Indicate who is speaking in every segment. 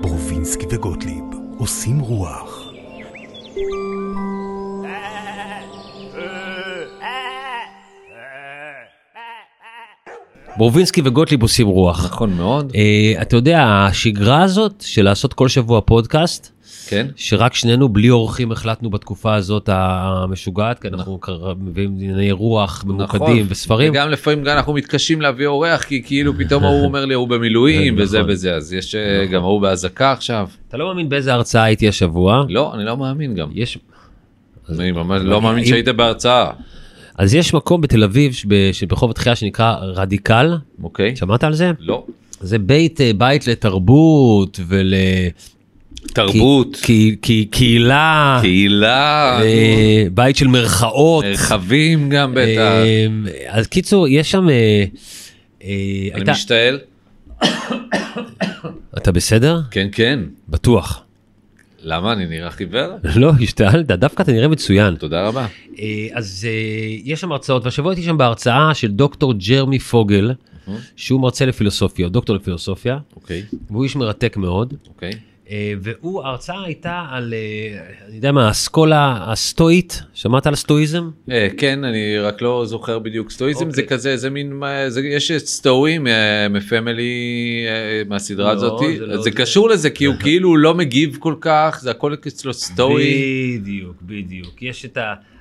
Speaker 1: ברובינסקי וגוטליב עושים רוח.
Speaker 2: בורבינסקי וגוטליב עושים רוח.
Speaker 3: נכון מאוד.
Speaker 2: אה, אתה יודע, השגרה הזאת של לעשות כל שבוע פודקאסט,
Speaker 3: כן.
Speaker 2: שרק שנינו בלי אורחים החלטנו בתקופה הזאת המשוגעת, כי אנחנו כר- מביאים ענייני רוח ממוקדים וספרים.
Speaker 3: נכון. וגם לפעמים גם אנחנו מתקשים להביא אורח כי כאילו פתאום ההוא אומר לי הוא במילואים
Speaker 2: נכון.
Speaker 3: וזה וזה אז יש אה, גם ההוא באזעקה עכשיו
Speaker 2: אתה לא מאמין באיזה הרצאה הייתי השבוע.
Speaker 3: לא אני לא מאמין גם
Speaker 2: יש...
Speaker 3: אני ממש לא מאמין
Speaker 2: אם-
Speaker 3: שהיית בהרצאה
Speaker 2: אז יש מקום בתל אביב שב- שברחוב התחייה שנקרא רדיקל,
Speaker 3: אוקיי
Speaker 2: שמעת על זה?
Speaker 3: לא
Speaker 2: זה בית, אה, בית לתרבות ולקהילה,
Speaker 3: תרבות
Speaker 2: קהילה,
Speaker 3: קהילה
Speaker 2: אה, בית של מרכאות.
Speaker 3: מרחבים גם בטח
Speaker 2: אה, אז קיצור, יש שם... אה, אה,
Speaker 3: אני
Speaker 2: הייתה-
Speaker 3: משתעל
Speaker 2: אתה בסדר?
Speaker 3: כן כן
Speaker 2: בטוח.
Speaker 3: למה אני נראה חיוור
Speaker 2: לא, השתעלת, דווקא אתה נראה מצוין.
Speaker 3: תודה רבה
Speaker 2: אה, אז אה, יש שם הרצאות, והשבוע הייתי שם בהרצאה של דוקטור ג'רמי פוגל, שהוא מרצה לפילוסופיה, הוא דוקטור לפילוסופיה,
Speaker 3: אוקיי
Speaker 2: והוא איש מרתק מאוד,
Speaker 3: אוקיי
Speaker 2: אה, והוא, ההרצאה הייתה על, אה, אני יודע מה, האסכולה הסטואית, שמעת על סטואיזם?
Speaker 3: אה, כן, אני רק לא זוכר בדיוק סטואיזם, זה
Speaker 2: אוקיי.
Speaker 3: כזה, זה מין, אה, זה- יש סטואים אה, מפמילי אה, מהסדרה
Speaker 2: לא,
Speaker 3: הזאת,
Speaker 2: זה לא
Speaker 3: זה
Speaker 2: זה.
Speaker 3: קשור לזה, כי הוא כאילו לא מגיב כל כך, זה הכל אצלו סטואי,
Speaker 2: בדיוק, בדיוק. יש את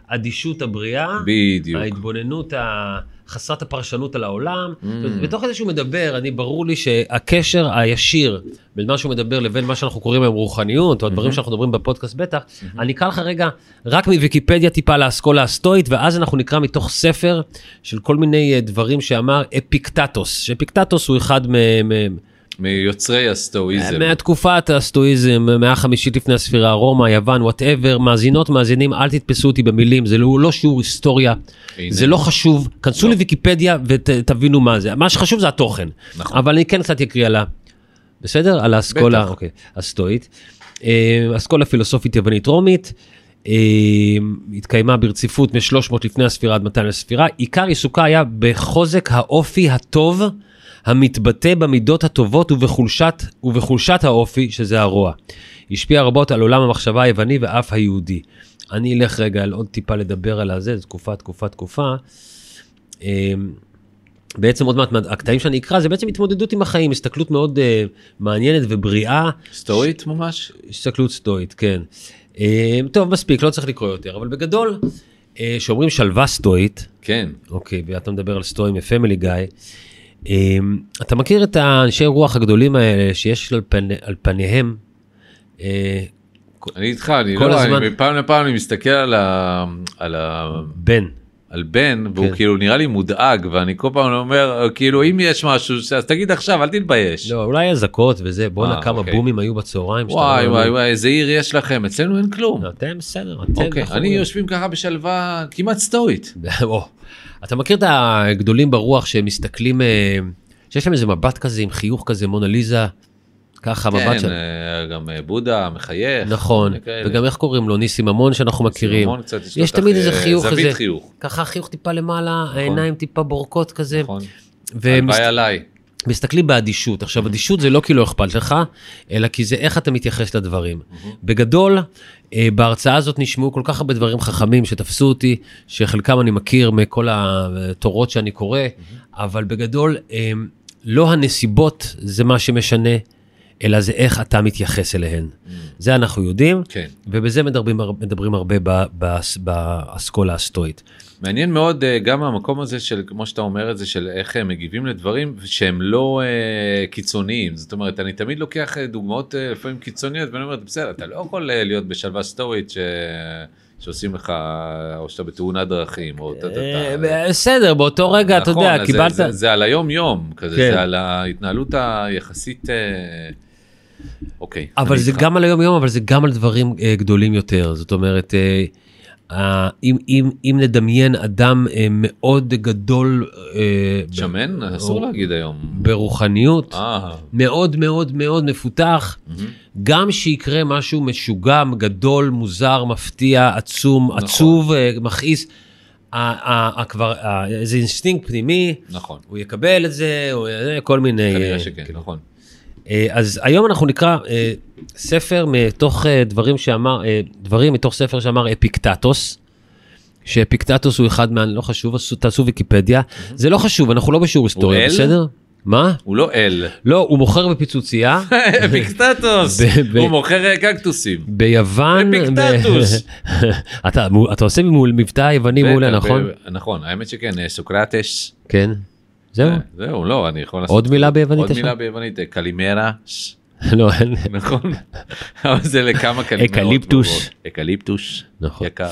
Speaker 2: האדישות הבריאה,
Speaker 3: בדיוק.
Speaker 2: ההתבוננות ה... חסרת הפרשנות על העולם, בתוך איזה שהוא מדבר, אני ברור לי שהקשר הישיר בין מה שהוא מדבר לבין מה שאנחנו קוראים היום רוחניות, או הדברים שאנחנו מדברים בפודקאסט בטח, אני אקרא לך רגע רק מוויקיפדיה טיפה לאסכולה הסטואית, ואז אנחנו נקרא מתוך ספר של כל מיני אה, דברים שאמר אפיקטטוס, שאפיקטטוס הוא אחד מ- מ-
Speaker 3: מיוצרי הסטואיזם.
Speaker 2: אה, מהתקופת הסטואיזם, מאה החמישית לפני הספירה, רומא, יוון, וואטאבר, מאזינות, מאזינים, אל תתפסו אותי במילים, זה לא לא שיעור היסטוריה,
Speaker 3: הנה.
Speaker 2: זה לא חשוב, כנסו לוויקיפדיה ותבינו מה זה, מה שחשוב זה התוכן,
Speaker 3: נכון.
Speaker 2: אבל אני כן קצת אקריא על ה... בסדר? על האסכולה
Speaker 3: בטח.
Speaker 2: אוקיי, הסטואית. אה, אסכולה פילוסופית יוונית רומית. אה, התקיימה ברציפות מ-300 לפני הספירה עד 200 לספירה. עיקר עיסוקה היה בחוזק האופי הטוב המתבטא במידות הטובות ובחולשת, ובחולשת האופי, שזה הרוע. השפיע רבות על עולם המחשבה היווני ואף היהודי. אני אלך רגע על עוד טיפה לדבר על הזה, זו תקופה, תקופה, תקופה. אה, בעצם עוד מעט מה- הקטעים שאני אקרא זה בעצם התמודדות עם החיים הסתכלות מאוד uh, מעניינת ובריאה
Speaker 3: סטואית ממש?
Speaker 2: הסתכלות סטואית כן uh, טוב מספיק לא צריך לקרוא יותר אבל בגדול uh, שאומרים שלווה סטואית
Speaker 3: כן.
Speaker 2: אוקיי ואתה מדבר על סטואים מפמילי גיא um, אתה מכיר את האנשי רוח הגדולים האלה שיש על, פני, על פניהם. Uh,
Speaker 3: אני איתך, אני
Speaker 2: כל
Speaker 3: לא,
Speaker 2: הזמן-
Speaker 3: אני מפעם לפעם אני מסתכל על ה... על ה...
Speaker 2: בן
Speaker 3: על בן והוא
Speaker 2: כן.
Speaker 3: כאילו נראה לי מודאג ואני כל פעם אומר כאילו אם יש משהו ש- אז תגיד עכשיו אל תתבייש.
Speaker 2: לא אולי אזעקות וזה בואנה
Speaker 3: אה,
Speaker 2: כמה
Speaker 3: אוקיי.
Speaker 2: בומים היו בצהריים. שאתה
Speaker 3: וואי
Speaker 2: אומר,
Speaker 3: וואי וואי איזה עיר יש לכם אצלנו אין כלום.
Speaker 2: אתם בסדר אתם.
Speaker 3: אוקיי,
Speaker 2: כן, אנחנו-
Speaker 3: אני יושבים ככה בשלווה כמעט סטואית.
Speaker 2: או, אתה מכיר את הגדולים ברוח שמסתכלים, אה, שיש להם איזה מבט כזה עם חיוך כזה, מונליזה, ככה מבט
Speaker 3: כן,
Speaker 2: של...
Speaker 3: אה, גם אה, בודה מחייך.
Speaker 2: נכון,
Speaker 3: וכאלה.
Speaker 2: וגם איך קוראים לו, ניסים ממון שאנחנו מכירים.
Speaker 3: סימון קצת יש לו
Speaker 2: יש
Speaker 3: ככה,
Speaker 2: תמיד איזה
Speaker 3: אה,
Speaker 2: חיוך
Speaker 3: זווית
Speaker 2: כזה, כן.
Speaker 3: חיוך.
Speaker 2: ככה חיוך טיפה למעלה, העיניים טיפה בורקות כזה,
Speaker 3: נכון.
Speaker 2: ומסת-
Speaker 3: הלוואי עליי.
Speaker 2: מסתכלים באדישות. עכשיו, אדישות זה לא כי לא אכפת לך, אלא כי זה איך אתה מתייחס לדברים. בגדול, אה, בהרצאה הזאת נשמעו כל כך הרבה דברים חכמים שתפסו אותי, שחלקם אני מכיר מכל התורות שאני קורא,
Speaker 3: Mm-hmm.
Speaker 2: אבל בגדול, אה, לא הנסיבות זה מה שמשנה, אלא זה איך אתה מתייחס אליהן. זה אנחנו יודעים,
Speaker 3: כן.
Speaker 2: ובזה מדברים, הר- מדברים הרבה ב- ב- באסכולה הסטואית.
Speaker 3: מעניין מאוד אה, גם המקום הזה של כמו שאתה אומר את זה של איך הם מגיבים לדברים שהם לא אה, קיצוניים זאת אומרת אני תמיד לוקח אה, דוגמאות אה, לפעמים קיצוניות ואני אומר בסדר אתה לא יכול אה, להיות בשלווה סטורית ש... שעושים לך או שאתה בתאונת דרכים או אתה- אתה-
Speaker 2: אה,
Speaker 3: אתה-
Speaker 2: בסדר, באותו לא, רגע, אתה
Speaker 3: נכון,
Speaker 2: יודע,
Speaker 3: אז
Speaker 2: קיבלת...
Speaker 3: זה, זה, זה על היום יום כזה
Speaker 2: כן.
Speaker 3: זה על ההתנהלות היחסית אה, אוקיי
Speaker 2: אבל
Speaker 3: אני
Speaker 2: זה
Speaker 3: איתך.
Speaker 2: גם על היום יום, אבל זה גם על דברים אה, גדולים יותר. זאת אומרת, אה, אה, אם, אם, אם נדמיין אדם אה, מאוד גדול אה, ב-
Speaker 3: שמן
Speaker 2: או-
Speaker 3: אסור להגיד היום
Speaker 2: ברוחניות,
Speaker 3: אה,
Speaker 2: מאוד מאוד מאוד מפותח, גם שיקרה משהו
Speaker 3: נכון.
Speaker 2: משוגע, גדול, מוזר, מפתיע, עצום, עצוב, אה, מכעיס, ה- ה- ה- כבר, ה- איזה אינסטינקט פנימי,
Speaker 3: נכון.
Speaker 2: הוא יקבל את זה, הוא יעשה כל מיני...
Speaker 3: כנראה
Speaker 2: אה,
Speaker 3: שכן, נכון.
Speaker 2: אה, אז היום אנחנו נקרא אה, ספר מתוך אה, דברים שאמר, אה, דברים מתוך ספר שאמר אפיקטטוס, שאפיקטטוס הוא אחד מה... לא חשוב, עשו- תעשו ויקיפדיה. זה לא חשוב, אנחנו לא בשיעור היסטוריה,
Speaker 3: אל?
Speaker 2: בסדר? מה?
Speaker 3: הוא לא אל.
Speaker 2: לא, הוא מוכר בפיצוצייה.
Speaker 3: אפיקטטוס,
Speaker 2: ב- ב-
Speaker 3: הוא מוכר אה, קקטוסים.
Speaker 2: ביוון,
Speaker 3: אפיקטטוס.
Speaker 2: ב- אתה, אתה עושה מול מבטא יווני מעולה,
Speaker 3: בטח,
Speaker 2: נכון?
Speaker 3: ב- נכון, האמת שכן, אה, סוקרטס.
Speaker 2: כן. זהו?
Speaker 3: אה, זהו, לא, אני יכול לעשות...
Speaker 2: עוד מילה ביוונית
Speaker 3: עוד
Speaker 2: יש
Speaker 3: מילה
Speaker 2: לך?
Speaker 3: ביוונית, אה, קלימרה. ש-
Speaker 2: לא, אין.
Speaker 3: נכון? אבל זה לכמה קלימרות.
Speaker 2: אקליפטוס.
Speaker 3: טובות. אקליפטוס.
Speaker 2: נכון.
Speaker 3: יקר.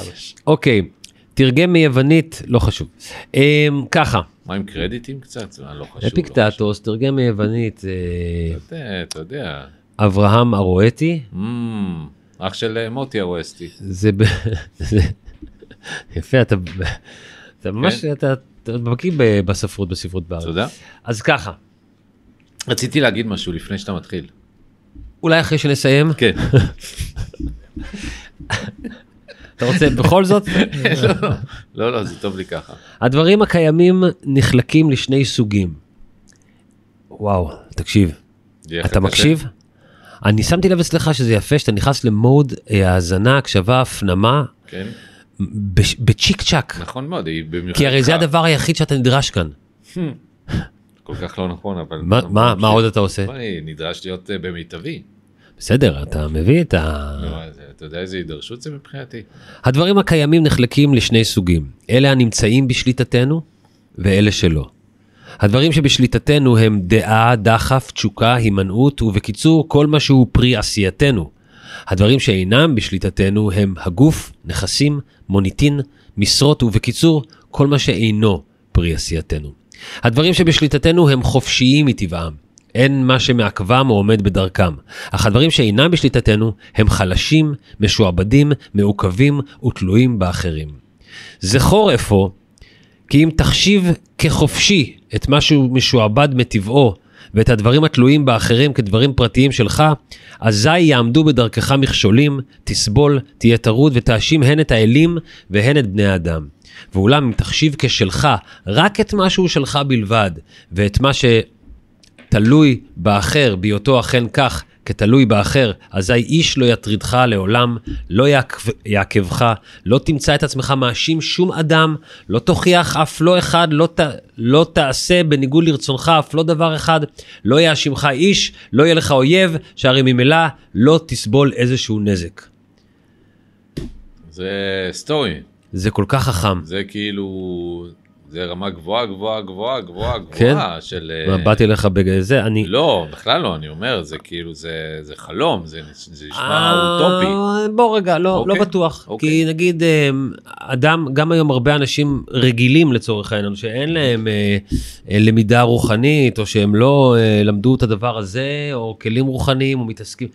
Speaker 2: אוקיי, תרגם מיוונית, לא חשוב. אה, ככה,
Speaker 3: מה עם קרדיטים קצת? זה לא חשוב. לא חשוב.
Speaker 2: אפיקטטוס, תרגם מיוונית, אה,
Speaker 3: אתה- אתה יודע.
Speaker 2: אברהם ארואטי,
Speaker 3: אמ, אח של אה, מוטי ארואסטי.
Speaker 2: זה ב... זה- יפה, אתה אתה ממש, אתה אתה בקיא ב- בספרות, בספרות בארץ.
Speaker 3: כן. תודה.
Speaker 2: אז ככה,
Speaker 3: רציתי להגיד משהו לפני שאתה מתחיל.
Speaker 2: אולי אחרי שנסיים,
Speaker 3: כן.
Speaker 2: אתה רוצה בכל זאת?
Speaker 3: לא, לא, זה טוב לי ככה.
Speaker 2: הדברים הקיימים נחלקים לשני סוגים. וואו, תקשיב,
Speaker 3: זה יהיה
Speaker 2: אתה
Speaker 3: חטא
Speaker 2: מקשיב? אני שמתי לב אצלך שזה יפה שאתה נכנס למוד אה, האזנה, הקשבה, הפנמה,
Speaker 3: זה. כן,
Speaker 2: בש- בצ'יק צ'אק,
Speaker 3: נכון מאוד, היא במיוחד.
Speaker 2: כי הרי זה
Speaker 3: לך.
Speaker 2: הדבר היחיד שאתה נדרש כאן.
Speaker 3: כל כך לא נכון, אבל...
Speaker 2: מה- מה מה עוד אתה עושה?
Speaker 3: אני נדרש להיות אה, במיטבי.
Speaker 2: בסדר, אתה מביא את ה...
Speaker 3: נו, אז, אה, אתה יודע איזה הידרשות זה מבחינתי?
Speaker 2: הדברים הקיימים נחלקים לשני סוגים, אלה הנמצאים בשליטתנו ואלה שלא. הדברים שבשליטתנו הם דעה, דחף, תשוקה, הימנעות, ובקיצור כל מה שהוא פרי עשייתנו. הדברים שאינם בשליטתנו הם הגוף, נכסים, מוניטין, משרות, ובקיצור כל מה שאינו פרי עשייתנו. הדברים שבשליטתנו הם חופשיים מטבעם. אין מה שמעכבם או עומד בדרכם, אך הדברים שאינם בשליטתנו הם חלשים, משועבדים, מעוכבים ותלויים באחרים. זכור אפוא כי אם תחשיב כחופשי את מה שהוא משועבד מטבעו ואת הדברים התלויים באחרים כדברים פרטיים שלך, אזי יעמדו בדרכך מכשולים, תסבול, תהיה טרוד ותאשים הן את האלים והן את בני האדם. ואולם אם תחשיב כשלך רק את מה שהוא שלך בלבד ואת מה ש... תלוי באחר, בהיותו אכן כך, כתלוי באחר, אזי איש לא יטרידך לעולם, לא יעכב- יעכבך, לא תמצא את עצמך מאשים שום אדם, לא תוכיח אף לא אחד, לא, ת, לא תעשה בניגוד לרצונך אף לא דבר אחד, לא יאשימך איש, לא יהיה לך אויב, שהרי ממילא לא תסבול איזשהו נזק.
Speaker 3: זה סטורי.
Speaker 2: זה כל כך חכם.
Speaker 3: זה כאילו... זה רמה גבוהה, גבוהה, גבוהה, גבוהה,
Speaker 2: כן?
Speaker 3: גבוהה של... אה,
Speaker 2: מה, באתי אליך בגלל זה, אני...
Speaker 3: לא, בכלל לא, אני אומר, זה כאילו, זה זה חלום, זה זה נשמע אוטופי.
Speaker 2: אה, בוא רגע, לא, לא
Speaker 3: אוקיי,
Speaker 2: בטוח.
Speaker 3: אוקיי.
Speaker 2: כי נגיד אה, אדם, גם היום הרבה אנשים רגילים לצורך העניין, שאין להם אה, אה, למידה רוחנית, או שהם לא אה, למדו את הדבר הזה, או כלים רוחניים, או מתעסקים.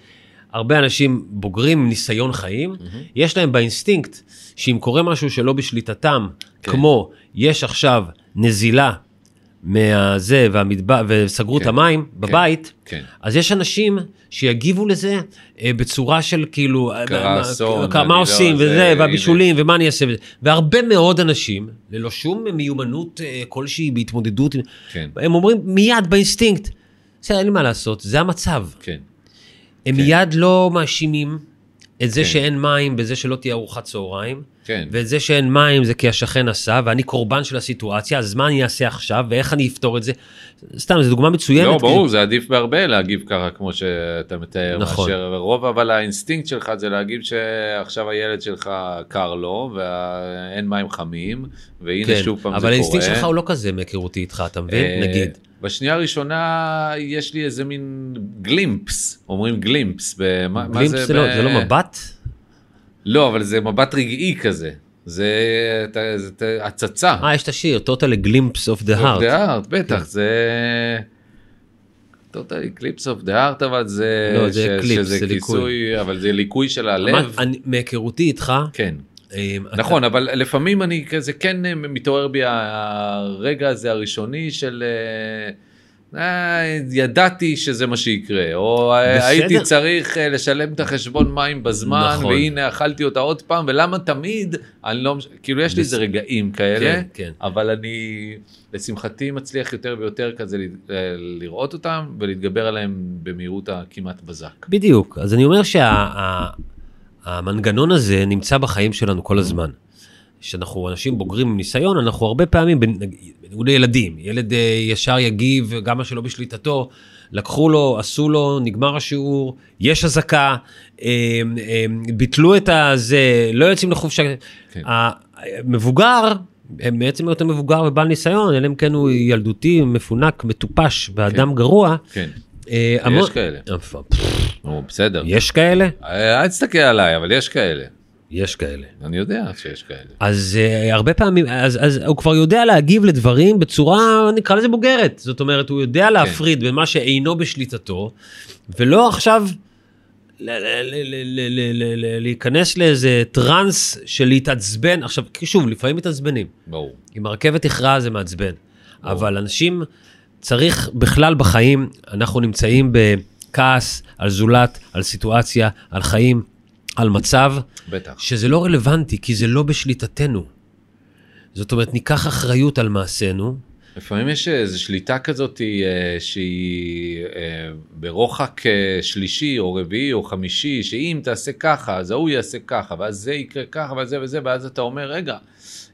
Speaker 2: הרבה אנשים בוגרים עם ניסיון חיים, יש להם באינסטינקט שאם קורה משהו שלא בשליטתם,
Speaker 3: כן.
Speaker 2: כמו יש עכשיו נזילה מהזה והמדבר, וסגרו את
Speaker 3: כן,
Speaker 2: המים בבית,
Speaker 3: כן.
Speaker 2: אז יש אנשים שיגיבו לזה אה, בצורה של כאילו, אה,
Speaker 3: קרה
Speaker 2: מה-
Speaker 3: אסון,
Speaker 2: מה-
Speaker 3: ואני
Speaker 2: מה
Speaker 3: לא
Speaker 2: עושים
Speaker 3: זה,
Speaker 2: וזה,
Speaker 3: הנה.
Speaker 2: והבישולים, ומה אני אעשה, וזה. והרבה מאוד אנשים, ללא שום מיומנות אה, כלשהי בהתמודדות, עם-
Speaker 3: כן.
Speaker 2: הם אומרים מיד באינסטינקט, זה אין לי מה לעשות, זה המצב.
Speaker 3: כן.
Speaker 2: הם
Speaker 3: כן.
Speaker 2: מיד לא מאשימים את זה
Speaker 3: כן.
Speaker 2: שאין מים בזה שלא תהיה ארוחת צהריים,
Speaker 3: כן.
Speaker 2: ואת זה שאין מים זה כי השכן עשה, ואני קורבן של הסיטואציה, אז מה אני אעשה עכשיו, ואיך אני אפתור את זה? סתם, זו דוגמה מצוינת.
Speaker 3: לא,
Speaker 2: כי-
Speaker 3: ברור, זה עדיף בהרבה להגיב ככה, כמו שאתה מתאר,
Speaker 2: נכון.
Speaker 3: מאשר רוב, אבל האינסטינקט שלך זה להגיב שעכשיו הילד שלך קר לו, ואין מים חמים, והנה
Speaker 2: כן,
Speaker 3: שוב פעם זה קורה.
Speaker 2: אבל האינסטינקט שלך הוא לא כזה מהיכרותי איתך, אתה מבין?
Speaker 3: אה,
Speaker 2: נגיד.
Speaker 3: בשנייה הראשונה יש לי איזה מין גלימפס, אומרים גלימפס, במה, מה
Speaker 2: גלימפס זה,
Speaker 3: ב-
Speaker 2: לא, זה לא מבט?
Speaker 3: לא, אבל זה מבט רגעי כזה, זה, אתה- זה, אתה- הצצה.
Speaker 2: אה, יש את השיר, total a glimpse of the
Speaker 3: of the
Speaker 2: heart. כן.
Speaker 3: heart, בטח, זה... טוטלי קליפס אוף דה הארט אבל זה
Speaker 2: לא, זה
Speaker 3: ש-
Speaker 2: קליפס,
Speaker 3: שזה
Speaker 2: זה ליקוי.
Speaker 3: כיסוי אבל זה ליקוי של הלב
Speaker 2: אמרת, אני- מהיכרותי איתך,
Speaker 3: כן
Speaker 2: אה, אתה-
Speaker 3: נכון אבל לפעמים אני כזה כן אה, מתעורר בי הרגע הזה הראשוני של אה, אה, ידעתי שזה מה שיקרה, או
Speaker 2: בסדר.
Speaker 3: בסדר. הייתי צריך אה, לשלם את החשבון מים בזמן,
Speaker 2: נכון.
Speaker 3: נכון. והנה אכלתי אותה עוד פעם, ולמה תמיד, אני לא, מש- כאילו יש לי איזה
Speaker 2: בסדר.
Speaker 3: רגעים כאלה,
Speaker 2: כן, כן.
Speaker 3: אבל אני לשמחתי מצליח יותר ויותר כזה ל- אה, לראות אותם ולהתגבר עליהם במהירות הכמעט בזק.
Speaker 2: בדיוק, אז אני אומר שהמנגנון הזה נמצא בחיים שלנו כל הזמן. שאנחנו אנשים בוגרים עם ניסיון, אנחנו הרבה פעמים, בנ- נגיד, בניגוד לילדים, ילד אה, ישר יגיב, גם מה שלא בשליטתו, לקחו לו, עשו לו, נגמר השיעור, יש אזעקה, אה, אה, ביטלו את הזה, לא יוצאים לחופשה.
Speaker 3: כן.
Speaker 2: המבוגר, הם בעצם יותר מבוגר ובעל ניסיון, אלא אם כן הוא ילדותי, מפונק, מטופש ואדם גרוע.
Speaker 3: כן,
Speaker 2: אה, המון-
Speaker 3: יש כאלה.
Speaker 2: אה,
Speaker 3: נו, בסדר.
Speaker 2: יש כאלה?
Speaker 3: אה, אל תסתכל עליי, אבל יש כאלה.
Speaker 2: יש כאלה.
Speaker 3: אני יודע שיש כאלה.
Speaker 2: אז uh, הרבה פעמים, אז, אז הוא כבר יודע להגיב לדברים בצורה, נקרא לזה בוגרת. זאת אומרת, הוא יודע להפריד בין מה שאינו בשליטתו, ולא עכשיו ל- ל- ל- ל- ל- ל- ל- להיכנס לאיזה טראנס של להתעצבן. עכשיו, שוב, לפעמים מתעצבנים.
Speaker 3: ברור.
Speaker 2: אם הרכבת תכרע זה מעצבן. אבל אנשים, צריך בכלל בחיים, אנחנו נמצאים בכעס על זולת, על סיטואציה, על חיים, על מצב,
Speaker 3: בטח.
Speaker 2: שזה לא רלוונטי, כי זה לא בשליטתנו. זאת אומרת, ניקח אחריות על מעשינו,
Speaker 3: לפעמים יש איזו שליטה כזאת אה, שהיא אה, ברוחק אה, שלישי או רביעי או חמישי, שאם תעשה ככה, אז ההוא יעשה ככה, ואז זה יקרה ככה, ואז זה וזה, ואז אתה אומר, רגע,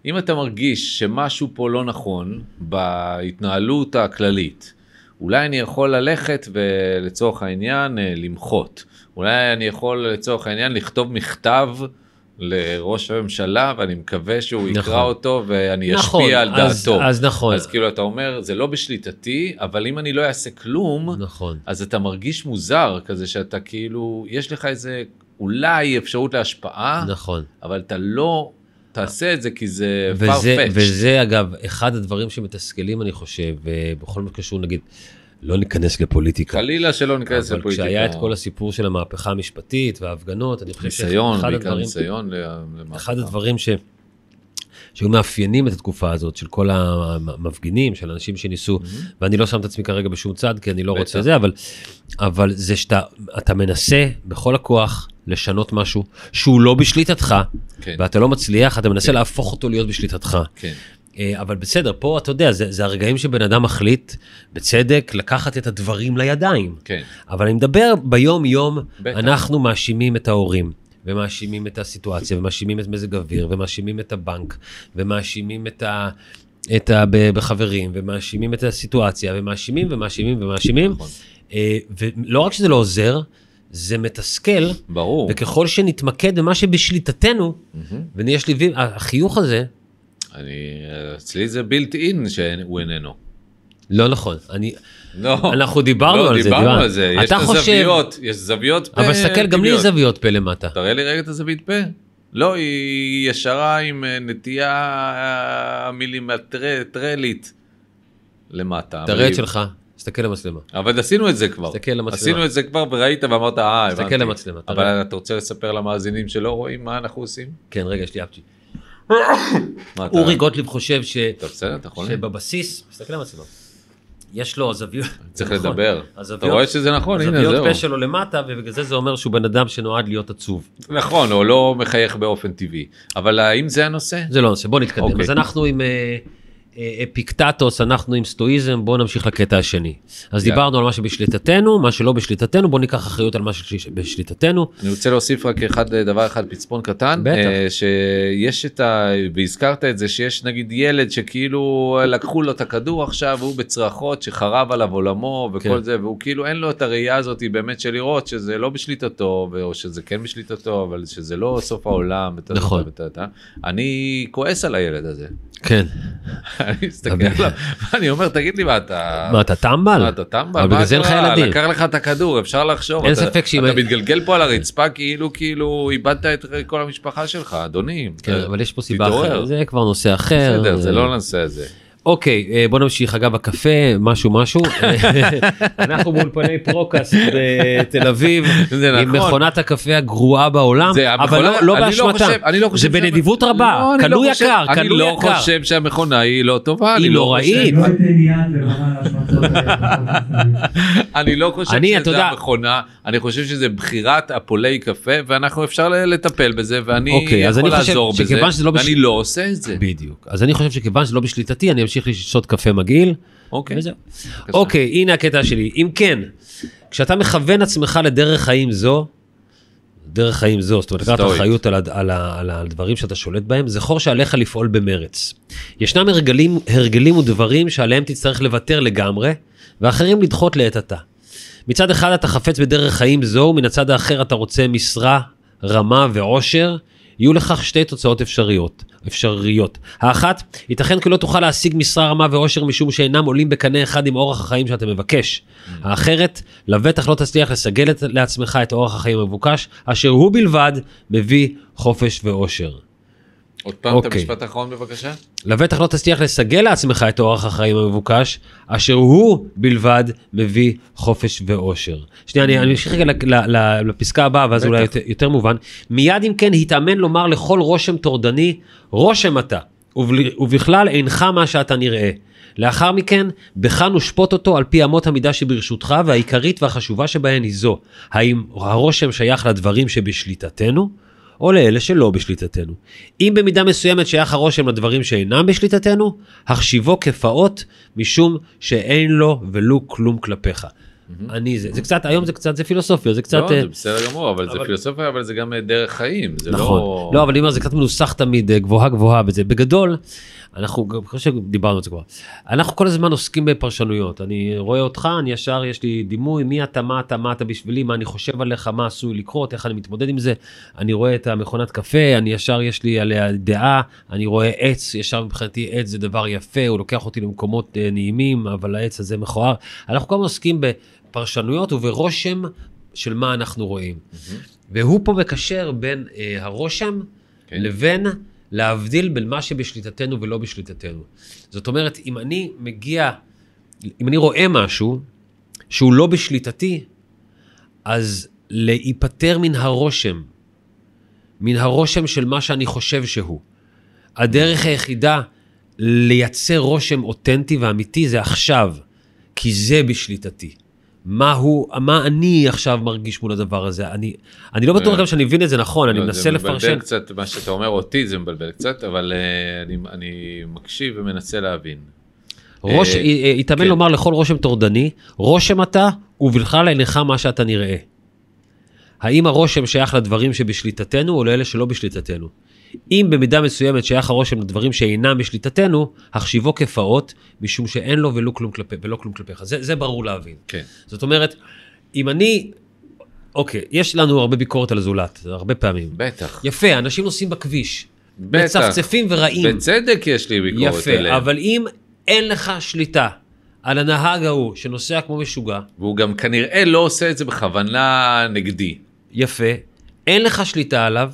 Speaker 3: אם אתה מרגיש שמשהו פה לא נכון בהתנהלות הכללית, אולי אני יכול ללכת ולצורך העניין אה, למחות. אולי אני יכול לצורך העניין לכתוב מכתב לראש הממשלה, ואני מקווה שהוא יקרא
Speaker 2: נכון.
Speaker 3: אותו ואני אשפיע
Speaker 2: נכון,
Speaker 3: על דעתו.
Speaker 2: אז- אז נכון.
Speaker 3: אז כאילו אתה אומר, זה לא בשליטתי, אבל אם אני לא אעשה כלום,
Speaker 2: נכון.
Speaker 3: אז אתה מרגיש מוזר כזה שאתה כאילו, יש לך איזה אולי אפשרות להשפעה,
Speaker 2: נכון.
Speaker 3: אבל אתה לא תעשה את זה כי זה
Speaker 2: וזה,
Speaker 3: אה, farfetched.
Speaker 2: וזה אגב, אחד הדברים שמתסכלים, אני חושב, אה, בכל מה שקשור, נגיד, לא ניכנס לפוליטיקה.
Speaker 3: חלילה שלא ניכנס
Speaker 2: אבל
Speaker 3: לפוליטיקה.
Speaker 2: כשהיה את כל הסיפור של המהפכה המשפטית וההפגנות, אני חושב
Speaker 3: ניסיון,
Speaker 2: שאחד
Speaker 3: בעיקר
Speaker 2: הדברים,
Speaker 3: ניסיון ל- למהפכה.
Speaker 2: אחד הדברים ש... שהיו מאפיינים את התקופה הזאת של כל המפגינים, של אנשים שניסו, ואני לא שם את עצמי כרגע בשום צד, כי אני לא
Speaker 3: בטח.
Speaker 2: רוצה זה, אבל, אבל זה שאתה אתה מנסה בכל הכוח לשנות משהו שהוא לא בשליטתך,
Speaker 3: כן,
Speaker 2: ואתה לא מצליח, אתה מנסה להפוך אותו להיות בשליטתך.
Speaker 3: כן.
Speaker 2: אה, אבל בסדר, פה אתה יודע, זה, זה הרגעים שבן אדם מחליט, בצדק, לקחת את הדברים לידיים.
Speaker 3: כן.
Speaker 2: אבל אני מדבר ביום-יום,
Speaker 3: בטח.
Speaker 2: אנחנו מאשימים את ההורים, ומאשימים את הסיטואציה, ומאשימים את מזג אוויר, ומאשימים את הבנק, ומאשימים את ה... את ה... ב- בחברים, ומאשימים את הסיטואציה, ומאשימים ומאשימים ומאשימים.
Speaker 3: נכון.
Speaker 2: אה, ולא רק שזה לא עוזר, זה מתסכל,
Speaker 3: ברור.
Speaker 2: וככל שנתמקד במה שבשליטתנו,
Speaker 3: מהמם.
Speaker 2: ונהיה שליבים, החיוך הזה,
Speaker 3: אני, אצלי זה בילט אין שהוא איננו.
Speaker 2: לא נכון. אני,
Speaker 3: לא.
Speaker 2: אנחנו דיברנו
Speaker 3: לא,
Speaker 2: על זה,
Speaker 3: דיברנו על זה. יש
Speaker 2: אתה
Speaker 3: את
Speaker 2: חושב-
Speaker 3: הזוויות, אה, יש זוויות
Speaker 2: אבל תסתכל, גם לי יש
Speaker 3: טבעיות.
Speaker 2: זוויות פה למטה.
Speaker 3: תראה לי רגע את הזווית פה. לא, היא ישרה עם אה, נטייה אה, מילימטרלית למטה.
Speaker 2: תראה
Speaker 3: אבל-
Speaker 2: את שלך, תסתכל למצלמה.
Speaker 3: אבל עשינו את זה כבר.
Speaker 2: תסתכל למצלמה.
Speaker 3: עשינו את זה כבר וראית ואמרת, אה, הבנתי.
Speaker 2: תסתכל למצלמה, תראה.
Speaker 3: אבל אתה רוצה לספר למאזינים שלא רואים מה אנחנו עושים?
Speaker 2: כן, רגע, יש לי אפצ'י.
Speaker 3: מה, אתה- נכון.
Speaker 2: אורי גוטליב חושב ש...
Speaker 3: אתה בסדר, אתה יכול?
Speaker 2: שבבסיס, תסתכל על המצלמה. יש לו הזוויות.
Speaker 3: צריך
Speaker 2: נכון.
Speaker 3: לדבר. אתה
Speaker 2: הזוויות-
Speaker 3: רואה שזה נכון, הנה,
Speaker 2: הזוויות פה
Speaker 3: זהו.
Speaker 2: שלו למטה, ובגלל זה זה אומר שהוא בן אדם שנועד להיות עצוב.
Speaker 3: נכון, או לא מחייך באופן טבעי. אבל האם זה הנושא?
Speaker 2: זה לא נושא, בוא נתקדם.
Speaker 3: אוקיי.
Speaker 2: אז אנחנו עם אה, אה, אפיקטטוס, אנחנו עם סטואיזם, בואו נמשיך לקטע השני. אז
Speaker 3: יאללה.
Speaker 2: דיברנו על מה שבשליטתנו, מה שלא בשליטתנו, בואו ניקח אחריות על מה שבשליטתנו.
Speaker 3: אני רוצה להוסיף רק אחד, אה, דבר אחד, פצפון קטן,
Speaker 2: בטח.
Speaker 3: אה, שיש את ה... והזכרת את זה שיש נגיד ילד שכאילו אה, לקחו לו את הכדור עכשיו, והוא בצרחות שחרב עליו עולמו וכל
Speaker 2: כן.
Speaker 3: זה, והוא כאילו אין לו את הראייה הזאת באמת של לראות שזה לא בשליטתו, ו- או שזה כן בשליטתו, אבל שזה לא סוף העולם. וטה,
Speaker 2: נכון.
Speaker 3: טה, טה, טה. אני כועס על הילד הזה.
Speaker 2: כן.
Speaker 3: אני מסתכל
Speaker 2: אבל-
Speaker 3: עליו, ואני אומר, תגיד לי מה אתה...
Speaker 2: אוקיי. מה, אתה טמבל?
Speaker 3: מה, אתה טמבל?
Speaker 2: אבל
Speaker 3: מה
Speaker 2: בגלל זה אין לך
Speaker 3: קרה?
Speaker 2: ילדים.
Speaker 3: לקח לך את הכדור, אפשר לחשוב.
Speaker 2: אין
Speaker 3: אתה-
Speaker 2: ספק שאם-
Speaker 3: אתה מתגלגל פה על הרצפה כאילו, כאילו איבדת את כל המשפחה שלך, אדוני.
Speaker 2: כן,
Speaker 3: אתה-
Speaker 2: אבל יש פה סיבה
Speaker 3: תתעורר.
Speaker 2: אחרת, זה כבר נושא אחר.
Speaker 3: בסדר, זה
Speaker 2: אה,
Speaker 3: לא הנושא הזה.
Speaker 2: אוקיי, אה, בוא נמשיך אגב הקפה, משהו משהו. אנחנו באולפני פרוקאסט בתל אביב,
Speaker 3: זה
Speaker 2: עם
Speaker 3: נכון.
Speaker 2: מכונת הקפה הגרועה בעולם,
Speaker 3: זה
Speaker 2: אבל
Speaker 3: המכונה-
Speaker 2: לא- לא
Speaker 3: אני
Speaker 2: באשמתה,
Speaker 3: חושב- אני לא חושב
Speaker 2: זה
Speaker 3: שה-
Speaker 2: בנדיבות
Speaker 3: לא,
Speaker 2: רבה,
Speaker 3: אני
Speaker 2: קנו
Speaker 3: לא חושב-
Speaker 2: יקר,
Speaker 3: אני
Speaker 2: קנו
Speaker 3: לא
Speaker 2: יקר.
Speaker 3: חושב שהמכונה היא לא טובה,
Speaker 2: היא
Speaker 3: אני
Speaker 2: נוראית.
Speaker 3: חושב-
Speaker 4: לא אתן יד לרמה על ההשמצות האלה.
Speaker 3: אני לא חושב
Speaker 2: אני, אתה
Speaker 3: שזה
Speaker 2: יודע-
Speaker 3: המכונה, אני חושב שזה בחירת הפולי קפה, ואנחנו אפשר ל- לטפל בזה, ואני
Speaker 2: אוקיי, אז
Speaker 3: יכול
Speaker 2: אני חושב
Speaker 3: לעזור בזה,
Speaker 2: שכיוון שזה לא
Speaker 3: ואני
Speaker 2: בשל-
Speaker 3: לא עושה את זה.
Speaker 2: בדיוק. אז אני חושב שכיוון שזה לא בשליטתי, אני אמשיך לשתות קפה מגעיל.
Speaker 3: אוקיי.
Speaker 2: וזהו. אוקיי, הנה הקטע שלי. אם כן, כשאתה מכוון עצמך לדרך חיים זו, דרך חיים זו, זאת אומרת, לקחת
Speaker 3: סטואית.
Speaker 2: אחריות על, הד- על, ה- על הדברים שאתה שולט בהם, זכור שעליך לפעול במרץ. ישנם הרגלים, הרגלים ודברים שעליהם תצטרך לוותר לגמרי, ואחרים לדחות לעת עתה. מצד אחד אתה חפץ בדרך חיים זו, ומן הצד האחר אתה רוצה משרה, רמה ועושר. יהיו לכך שתי תוצאות אפשריות. אפשריות. האחת, ייתכן כי לא תוכל להשיג משרה, רמה ועושר משום שאינם עולים בקנה אחד עם אורח החיים שאתה מבקש. האחרת, לבטח לא תצליח לסגל את- לעצמך את אורח החיים המבוקש, אשר הוא בלבד מביא חופש ואושר.
Speaker 3: עוד פעם את
Speaker 2: אוקיי.
Speaker 3: המשפט האחרון בבקשה.
Speaker 2: לבטח לא תצליח לסגל לעצמך את אורח החיים המבוקש, אשר הוא בלבד מביא חופש ואושר. שנייה, אני אני אמשיך רגע ל- ל- ל- לפסקה הבאה, ואז
Speaker 3: בטח.
Speaker 2: אולי יותר- יותר מובן. מיד אם כן, התאמן לומר לכל רושם טורדני, רושם אתה, ובל- ובכלל אינך מה שאתה נראה. לאחר מכן, בך נושפוט אותו על פי אמות המידה שברשותך, והעיקרית והחשובה שבהן היא זו, האם הרושם שייך לדברים שבשליטתנו? או לאלה שלא בשליטתנו. אם במידה מסוימת שייך הרושם לדברים שאינם בשליטתנו, החשיבו כפעוט משום שאין לו ולו כלום כלפיך. אני זה, זה קצת, היום זה קצת, זה פילוסופיה, זה קצת...
Speaker 3: לא,
Speaker 2: אה,
Speaker 3: זה בסדר גמור, אבל זה
Speaker 2: אבל-
Speaker 3: פילוסופיה, אבל זה גם אה, דרך חיים. זה
Speaker 2: נכון.
Speaker 3: לא...
Speaker 2: לא, אבל אני אומר, זה קצת מנוסח תמיד אה, גבוהה גבוהה וזה. בגדול, אנחנו, גם- אני חושב שדיברנו על זה כבר. אנחנו כל הזמן עוסקים בפרשנויות. אני רואה אותך, אני ישר, יש לי דימוי, מי אתה, מה אתה, מה אתה בשבילי, מה אני חושב עליך, מה עשוי לקרות, איך אני מתמודד עם זה. אני רואה את המכונת קפה, אני ישר, יש לי עליה דעה, אני רואה עץ, ישר מבחינתי עץ זה דבר יפה, הוא לוקח אותי למקומות אה, נעימים, אבל העץ הזה מכוער. אנחנו כל הזמן עוסקים בפרשנויות וברושם של מה אנחנו רואים. והוא פה מקשר בין אה, הרושם
Speaker 3: כן.
Speaker 2: כן. לבין להבדיל בין מה שבשליטתנו ולא בשליטתנו. זאת אומרת, אם אני מגיע, אם אני רואה משהו שהוא לא בשליטתי, אז להיפטר מן הרושם, מן הרושם של מה שאני חושב שהוא. הדרך היחידה לייצר רושם אותנטי ואמיתי זה עכשיו, כי זה בשליטתי. מה הוא, מה אני עכשיו מרגיש מול הדבר הזה? אני, אני לא בטוח
Speaker 3: אה.
Speaker 2: גם שאני מבין את זה נכון, אני
Speaker 3: לא,
Speaker 2: מנסה
Speaker 3: זה
Speaker 2: לפרשן.
Speaker 3: מבלבל קצת, מה שאתה אומר אותי זה מבלבל קצת, אבל אה, אני- אני מקשיב ומנסה להבין.
Speaker 2: ראש,
Speaker 3: אה,
Speaker 2: התאמן
Speaker 3: כן.
Speaker 2: לומר לכל רושם טורדני, רושם אתה, ובכלל אינך מה שאתה נראה. האם הרושם שייך לדברים שבשליטתנו, או לאלה שלא בשליטתנו? אם במידה מסוימת שייך הרושם לדברים שאינם בשליטתנו, החשיבו כפעוט, משום שאין לו ולא כלום, כלפי, ולא כלום כלפיך. זה, זה ברור להבין.
Speaker 3: כן.
Speaker 2: זאת אומרת, אם אני... אוקיי, יש לנו הרבה ביקורת על הזולת, הרבה פעמים.
Speaker 3: בטח.
Speaker 2: יפה, אנשים נוסעים בכביש.
Speaker 3: בטח.
Speaker 2: מצפצפים ורעים.
Speaker 3: בצדק יש לי ביקורת
Speaker 2: יפה,
Speaker 3: עליהם.
Speaker 2: אבל אם אין לך שליטה על הנהג ההוא שנוסע כמו משוגע,
Speaker 3: והוא גם כנראה לא עושה את זה בכוונה נגדי.
Speaker 2: יפה, אין לך שליטה עליו,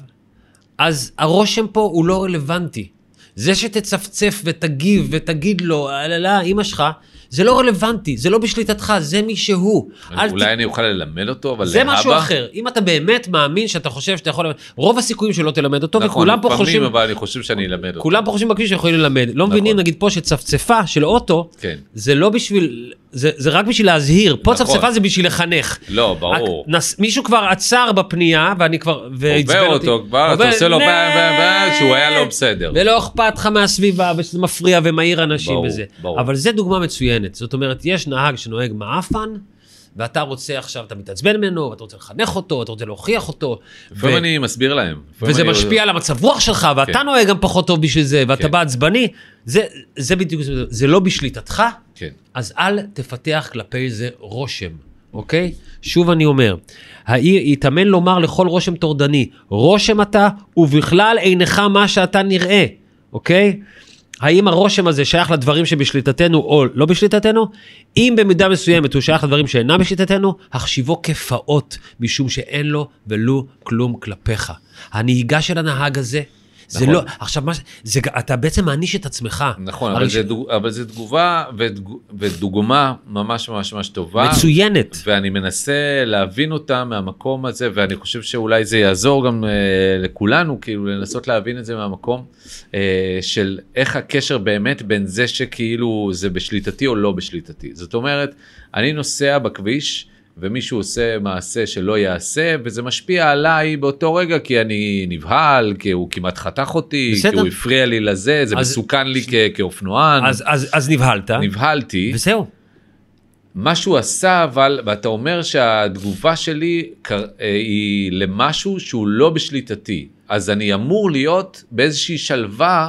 Speaker 2: אז הרושם פה הוא לא רלוונטי. זה שתצפצף ותגיב ותגיד לו, אללה, אימא שלך, זה לא רלוונטי, זה לא בשליטתך, זה מי שהוא. אל ת-
Speaker 3: אולי אני אוכל ללמד אותו, אבל
Speaker 2: זה
Speaker 3: להבא...
Speaker 2: משהו אחר. אם אתה באמת מאמין שאתה חושב שאתה יכול... רוב הסיכויים שלא תלמד אותו,
Speaker 3: נכון,
Speaker 2: לא, וכולם פה
Speaker 3: לפעמים,
Speaker 2: חושבים...
Speaker 3: אבל אני חושב שאני אלמד אותו.
Speaker 2: כולם פה חושבים בכביש שיכולים ללמד. לא
Speaker 3: נכון.
Speaker 2: מבינים, נגיד פה, שצפצפה של אוטו,
Speaker 3: כן.
Speaker 2: זה לא בשביל, זה, זה רק בשביל להזהיר. פה
Speaker 3: נכון.
Speaker 2: צפצפה זה בשביל לחנך.
Speaker 3: לא, ברור.
Speaker 2: רק נס, מישהו כבר עצר בפנייה, ואני כבר, ועצבן
Speaker 3: עובר
Speaker 2: אותי.
Speaker 3: אותו כבר, אתה
Speaker 2: עובר,
Speaker 3: עושה לו
Speaker 2: "נה!"
Speaker 3: פעם, פעם, פעם, שהוא היה לא בסדר.
Speaker 2: ולא אכפת לך מהסביבה, ושזה מפריע ומעיר אנשים
Speaker 3: ברור,
Speaker 2: וזה.
Speaker 3: ברור.
Speaker 2: אבל זה דוגמה מצוינת. זאת אומרת, יש נהג שנוהג מעפן, ואתה רוצה עכשיו, אתה מתעצבן ממנו, ואתה רוצה לחנך אותו, אתה רוצה להוכיח אותו.
Speaker 3: לפעמים
Speaker 2: ו-
Speaker 3: אני מסביר להם. לפעמים
Speaker 2: וזה
Speaker 3: אני-
Speaker 2: משפיע על המצב רוח שלך, ואתה
Speaker 3: כן.
Speaker 2: נוהג גם פחות טוב בשביל זה, ואתה
Speaker 3: כן.
Speaker 2: בא עצבני, זה, זה בדיוק, זה, זה לא בשליטתך,
Speaker 3: כן.
Speaker 2: אז אל תפתח כלפי זה רושם, אוקיי? שוב אני אומר, העיר יתאמן לומר לכל רושם טורדני, רושם אתה, ובכלל אינך מה שאתה נראה, אוקיי? האם הרושם הזה שייך לדברים שבשליטתנו או לא בשליטתנו? אם במידה מסוימת הוא שייך לדברים שאינם בשליטתנו, החשיבו כפעוט, משום שאין לו ולו כלום כלפיך. הנהיגה של הנהג הזה זה
Speaker 3: נכון.
Speaker 2: לא, עכשיו, מה, ש- זה, ג- אתה בעצם מעניש את עצמך.
Speaker 3: נכון, אבל
Speaker 2: הראש-
Speaker 3: זה דוג- אבל זו תגובה ודג- ודוגמה ממש ממש ממש טובה.
Speaker 2: מצוינת.
Speaker 3: ואני מנסה להבין אותה מהמקום הזה, ואני חושב שאולי זה יעזור גם אה, לכולנו, כאילו לנסות להבין את זה מהמקום אה, של איך הקשר באמת בין זה שכאילו זה בשליטתי או לא בשליטתי. זאת אומרת, אני נוסע בכביש. ומישהו עושה מעשה שלא יעשה, וזה משפיע עליי באותו רגע, כי אני נבהל, כי הוא כמעט חתך אותי,
Speaker 2: בסדר.
Speaker 3: כי הוא הפריע לי לזה, זה
Speaker 2: אז-
Speaker 3: מסוכן לי כ- כאופנוען,
Speaker 2: אז, אז, אז נבהלת,
Speaker 3: נבהלתי.
Speaker 2: וזהו.
Speaker 3: מה שהוא עשה אבל ואתה אומר שהתגובה שלי קר- אה, היא למשהו שהוא לא בשליטתי אז אני אמור להיות באיזושהי שלווה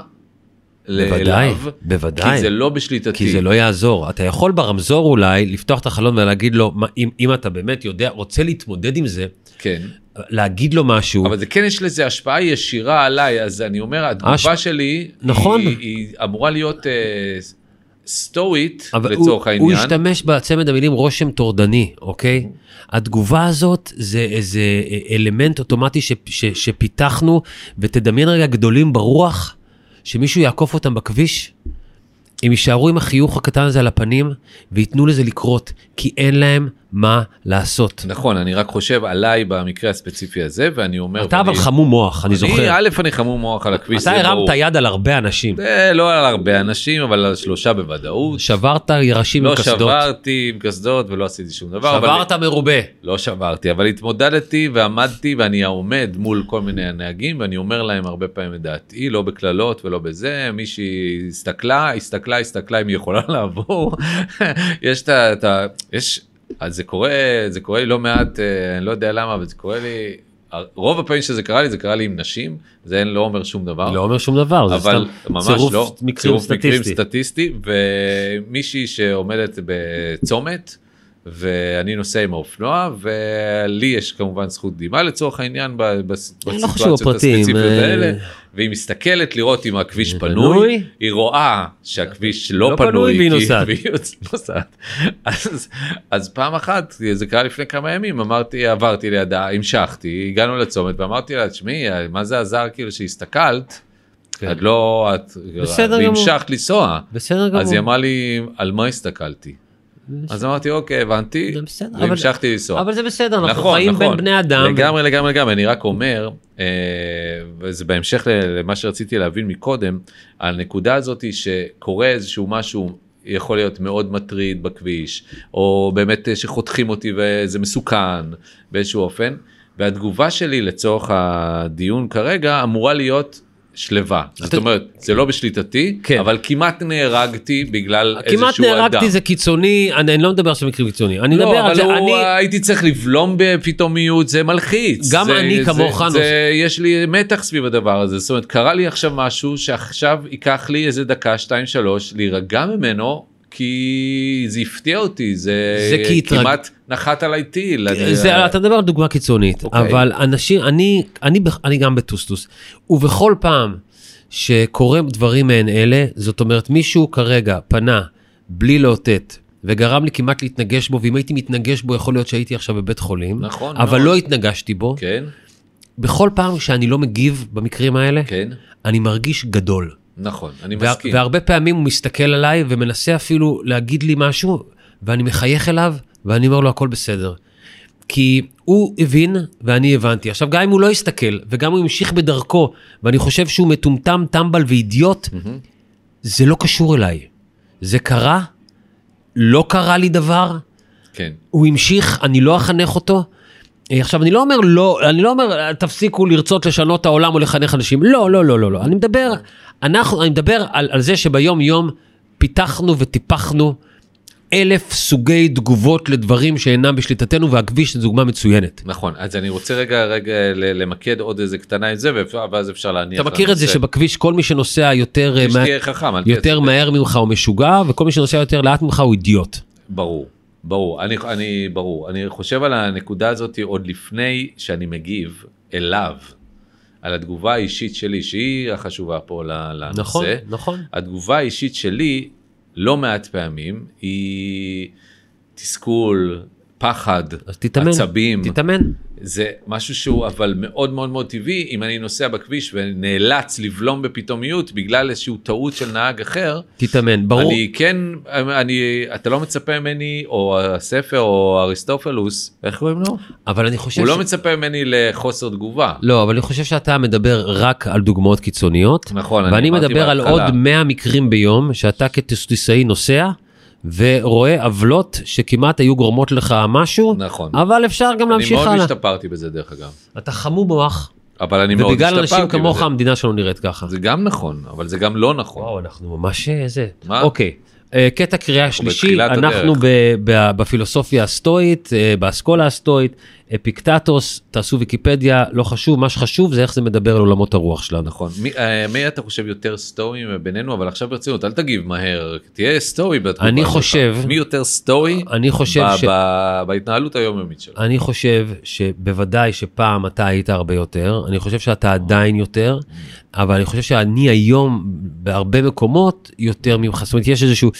Speaker 3: ל-
Speaker 2: בוודאי,
Speaker 3: אליו,
Speaker 2: בוודאי.
Speaker 3: כי זה לא בשליטתי
Speaker 2: כי זה לא יעזור. אתה יכול ברמזור אולי לפתוח את החלון ולהגיד לו, מה, אם, אם אתה באמת יודע, רוצה להתמודד עם זה,
Speaker 3: כן
Speaker 2: להגיד לו משהו.
Speaker 3: אבל זה כן יש לזה השפעה ישירה עליי אז אני אומר התגובה
Speaker 2: הש-
Speaker 3: שלי
Speaker 2: נכון.
Speaker 3: היא, היא אמורה להיות אה, סטואית
Speaker 2: אבל
Speaker 3: לצורך
Speaker 2: הוא,
Speaker 3: העניין
Speaker 2: הוא השתמש בצמד המילים רושם טורדני, אוקיי? התגובה הזאת זה איזה אלמנט אוטומטי ש, ש, שפיתחנו, ותדמיין רגע גדולים ברוח, שמישהו יעקוף אותם בכביש, הם יישארו עם החיוך הקטן הזה על הפנים, וייתנו לזה לקרות, כי אין להם מה לעשות.
Speaker 3: נכון אני רק חושב עליי במקרה הספציפי הזה ואני אומר
Speaker 2: אתה אבל
Speaker 3: ואני-
Speaker 2: חמום מוח, אני
Speaker 3: אני,
Speaker 2: זוכר.
Speaker 3: א', אני חמום מוח על הכביש,
Speaker 2: אתה
Speaker 3: זה ברור.
Speaker 2: הרמת יד על הרבה אנשים,
Speaker 3: זה לא על הרבה אנשים אבל על שלושה בוודאות.
Speaker 2: שברת ירשים עם
Speaker 3: לא
Speaker 2: קסדות,
Speaker 3: שברתי עם קסדות ולא עשיתי שום דבר. אבל-
Speaker 2: שברת מרובה.
Speaker 3: לא שברתי אבל התמודדתי ועמדתי ואני עומד מול כל מיני נהגים ואני אומר להם הרבה פעמים את דעתי לא בקללות ולא בזה מישהי הסתכלה הסתכלה הסתכלה אם היא יכולה לעבור יש את ה... את ה- יש אז זה קורה זה קורה לי לא מעט אה, אני לא יודע למה אבל זה קורה לי אה, רוב הפעמים שזה קרה לי זה קרה לי עם נשים זה אין- לא אומר שום דבר.
Speaker 2: לא אומר שום דבר, זה
Speaker 3: אבל
Speaker 2: סתם
Speaker 3: ממש
Speaker 2: צירוף
Speaker 3: לא,
Speaker 2: מקרים
Speaker 3: צירוף מקרים
Speaker 2: סטטיסטי.
Speaker 3: סטטיסטי, ומישהי שעומדת בצומת, ואני נוסע עם האופנוע, ולי יש כמובן זכות קדימה לצורך העניין ב- בס-
Speaker 2: לא חשוב
Speaker 3: בסיטואציות
Speaker 2: הפרטים,
Speaker 3: הספציפיות
Speaker 2: אה,
Speaker 3: האלה, והיא מסתכלת לראות אם הכביש
Speaker 2: פנוי.
Speaker 3: פנוי, היא רואה שהכביש לא
Speaker 2: לא פנוי,
Speaker 3: פנוי,
Speaker 2: והיא
Speaker 3: כי-
Speaker 2: נוסעת.
Speaker 3: והיא יוצ- נוסעת. אז- אז פעם אחת, זה קרה לפני כמה ימים, אמרתי, עברתי לידה, המשכתי, הגענו לצומת ואמרתי לה, תשמעי, מה זה עזר כאילו שהסתכלת?
Speaker 2: כן.
Speaker 3: את לא, את
Speaker 2: בסדר גמור.
Speaker 3: המשכת לנסוע.
Speaker 2: בסדר גמור.
Speaker 3: אז היא אמרה לי, על מה הסתכלתי? אז אמרתי, אוקיי, הבנתי,
Speaker 2: זה בסדר, אבל-
Speaker 3: והמשכתי לנסוע.
Speaker 2: אבל זה בסדר, אנחנו חיים בין בני אדם.
Speaker 3: נכון, לגמרי, לגמרי, לגמרי, אני רק אומר, אה, וזה בהמשך ל- למה שרציתי להבין מקודם, הנקודה הזאת היא שקורה איזשהו משהו. יכול להיות מאוד מטריד בכביש, או באמת אה, שחותכים אותי וזה מסוכן באיזשהו אופן, והתגובה שלי לצורך הדיון כרגע אמורה להיות שלווה. זאת אומרת, זה לא בשליטתי,
Speaker 2: כן.
Speaker 3: אבל כמעט נהרגתי בגלל איזשהו אדם.
Speaker 2: כמעט נהרגתי זה קיצוני, אני אני לא מדבר עכשיו מקרים קיצוניים, אני מדבר
Speaker 3: לא,
Speaker 2: על
Speaker 3: אבל
Speaker 2: זה,
Speaker 3: הוא,
Speaker 2: אני,
Speaker 3: הייתי צריך לבלום בפתאומיות, זה מלחיץ.
Speaker 2: גם
Speaker 3: זה,
Speaker 2: אני
Speaker 3: זה,
Speaker 2: כמוך,
Speaker 3: זה,
Speaker 2: נוס-
Speaker 3: יש לי מתח סביב הדבר הזה, זאת אומרת, קרה לי עכשיו משהו שעכשיו ייקח לי איזה דקה, שתיים, שלוש, להירגע ממנו, כי זה הפתיע אותי, זה,
Speaker 2: זה כי התרג-
Speaker 3: כמעט נחת עליי טיל. אני-
Speaker 2: זה, אתה מדבר על דוגמה קיצונית,
Speaker 3: אוקיי.
Speaker 2: אבל אנשים, אני, אני, בכ- אני גם בטוסטוס, ובכל פעם שקורים דברים מעין אלה, זאת אומרת מישהו כרגע פנה בלי לאותת. וגרם לי כמעט להתנגש בו, ואם הייתי מתנגש בו, יכול להיות שהייתי עכשיו בבית חולים.
Speaker 3: נכון,
Speaker 2: אבל
Speaker 3: מאוד.
Speaker 2: לא התנגשתי בו.
Speaker 3: כן,
Speaker 2: בכל פעם שאני לא מגיב במקרים האלה,
Speaker 3: כן,
Speaker 2: אני מרגיש גדול.
Speaker 3: נכון, אני
Speaker 2: וה-
Speaker 3: מסכים.
Speaker 2: והרבה פעמים הוא מסתכל עליי ומנסה אפילו להגיד לי משהו, ואני מחייך אליו, ואני אומר לו הכל בסדר. כי הוא הבין ואני הבנתי. עכשיו, גם אם הוא לא הסתכל, וגם הוא המשיך בדרכו, ואני חושב שהוא מטומטם, טמבל ואידיוט, זה לא קשור אליי. זה קרה, לא קרה לי דבר,
Speaker 3: כן.
Speaker 2: הוא המשיך, אני לא אחנך אותו. אה, עכשיו, אני לא אומר לא, אני לא אומר אה, תפסיקו לרצות לשנות את העולם או לחנך אנשים. לא, לא, לא, לא, לא. אני מדבר, אנחנו, אני מדבר על, על זה שביום-יום פיתחנו וטיפחנו אלף סוגי תגובות לדברים שאינם בשליטתנו, והכביש זו דוגמה מצוינת.
Speaker 3: נכון, אז אני רוצה רגע, רגע ל- למקד עוד איזה קטנה עם זה, ואפשר- ואז אפשר להניח.
Speaker 2: אתה מכיר את זה
Speaker 3: לנושא.
Speaker 2: שבכביש כל מי שנוסע יותר, אה,
Speaker 3: כביש
Speaker 2: מה-
Speaker 3: תהיה חכם, אל תהיה
Speaker 2: יותר
Speaker 3: צודק.
Speaker 2: מהר ממך הוא משוגע, וכל מי שנוסע יותר לאט ממך הוא אידיוט.
Speaker 3: ברור, ברור. אני, אני, ברור. אני חושב על הנקודה הזאת עוד לפני שאני מגיב אליו, על התגובה האישית שלי, שהיא החשובה פה ל- לנושא.
Speaker 2: נכון, נכון.
Speaker 3: התגובה האישית שלי, לא מעט פעמים, היא תסכול, פחד,
Speaker 2: אז תתאמן,
Speaker 3: עצבים,
Speaker 2: תתאמן.
Speaker 3: זה משהו שהוא אבל מאוד מאוד מאוד טבעי, אם אני נוסע בכביש ונאלץ לבלום בפתאומיות בגלל איזושהי טעות של נהג אחר,
Speaker 2: תתאמן, ברור.
Speaker 3: אני כן, אני, אתה לא מצפה ממני, או הספר, או אריסטופלוס, איך קוראים לו?
Speaker 2: אבל אני חושב
Speaker 3: הוא לא
Speaker 2: ש-
Speaker 3: מצפה ממני לחוסר תגובה.
Speaker 2: לא, אבל אני חושב שאתה מדבר רק על דוגמאות קיצוניות,
Speaker 3: נכון,
Speaker 2: ואני
Speaker 3: אמרתי
Speaker 2: מדבר על עוד
Speaker 3: בהתחלה.
Speaker 2: 100 מקרים ביום שאתה כטסטיסאי נוסע ורואה עוולות שכמעט היו גורמות לך משהו,
Speaker 3: נכון.
Speaker 2: אבל אפשר גם
Speaker 3: אני
Speaker 2: להמשיך
Speaker 3: מאוד
Speaker 2: הלאה.
Speaker 3: השתפרתי בזה דרך אגב,
Speaker 2: אתה חמום מוח,
Speaker 3: אבל אני מאוד
Speaker 2: ובגלל אנשים
Speaker 3: השתפרתי
Speaker 2: כמוך
Speaker 3: בזה.
Speaker 2: המדינה שלנו נראית ככה.
Speaker 3: זה גם נכון, אבל זה גם לא נכון.
Speaker 2: וואו, אנחנו ממש אה, זה.
Speaker 3: מה?
Speaker 2: אוקיי. אה, קטע קריאה שלישי,
Speaker 3: בתחילת
Speaker 2: אנחנו
Speaker 3: הדרך.
Speaker 2: ב- ב- בפילוסופיה הסטואית, אה, באסכולה הסטואית, אפיקטטוס, תעשו ויקיפדיה, לא חשוב, מה שחשוב זה איך זה מדבר על עולמות הרוח שלנו.
Speaker 3: נכון. מי, אה, מי אתה חושב יותר סטואי בינינו, אבל עכשיו ברצינות, אל תגיב מהר, תהיה סטואי בתגובה
Speaker 2: אני
Speaker 3: שלך.
Speaker 2: חושב-
Speaker 3: מי יותר סטואי
Speaker 2: אני חושב
Speaker 3: ב-
Speaker 2: ש...
Speaker 3: ב- בהתנהלות היומיומית שלו.
Speaker 2: אני חושב שבוודאי שפעם אתה היית הרבה יותר, אני חושב שאתה עדיין יותר, אבל אני חושב שאני היום בהרבה מקומות יותר ממך, זאת אומרת יש איזשהו,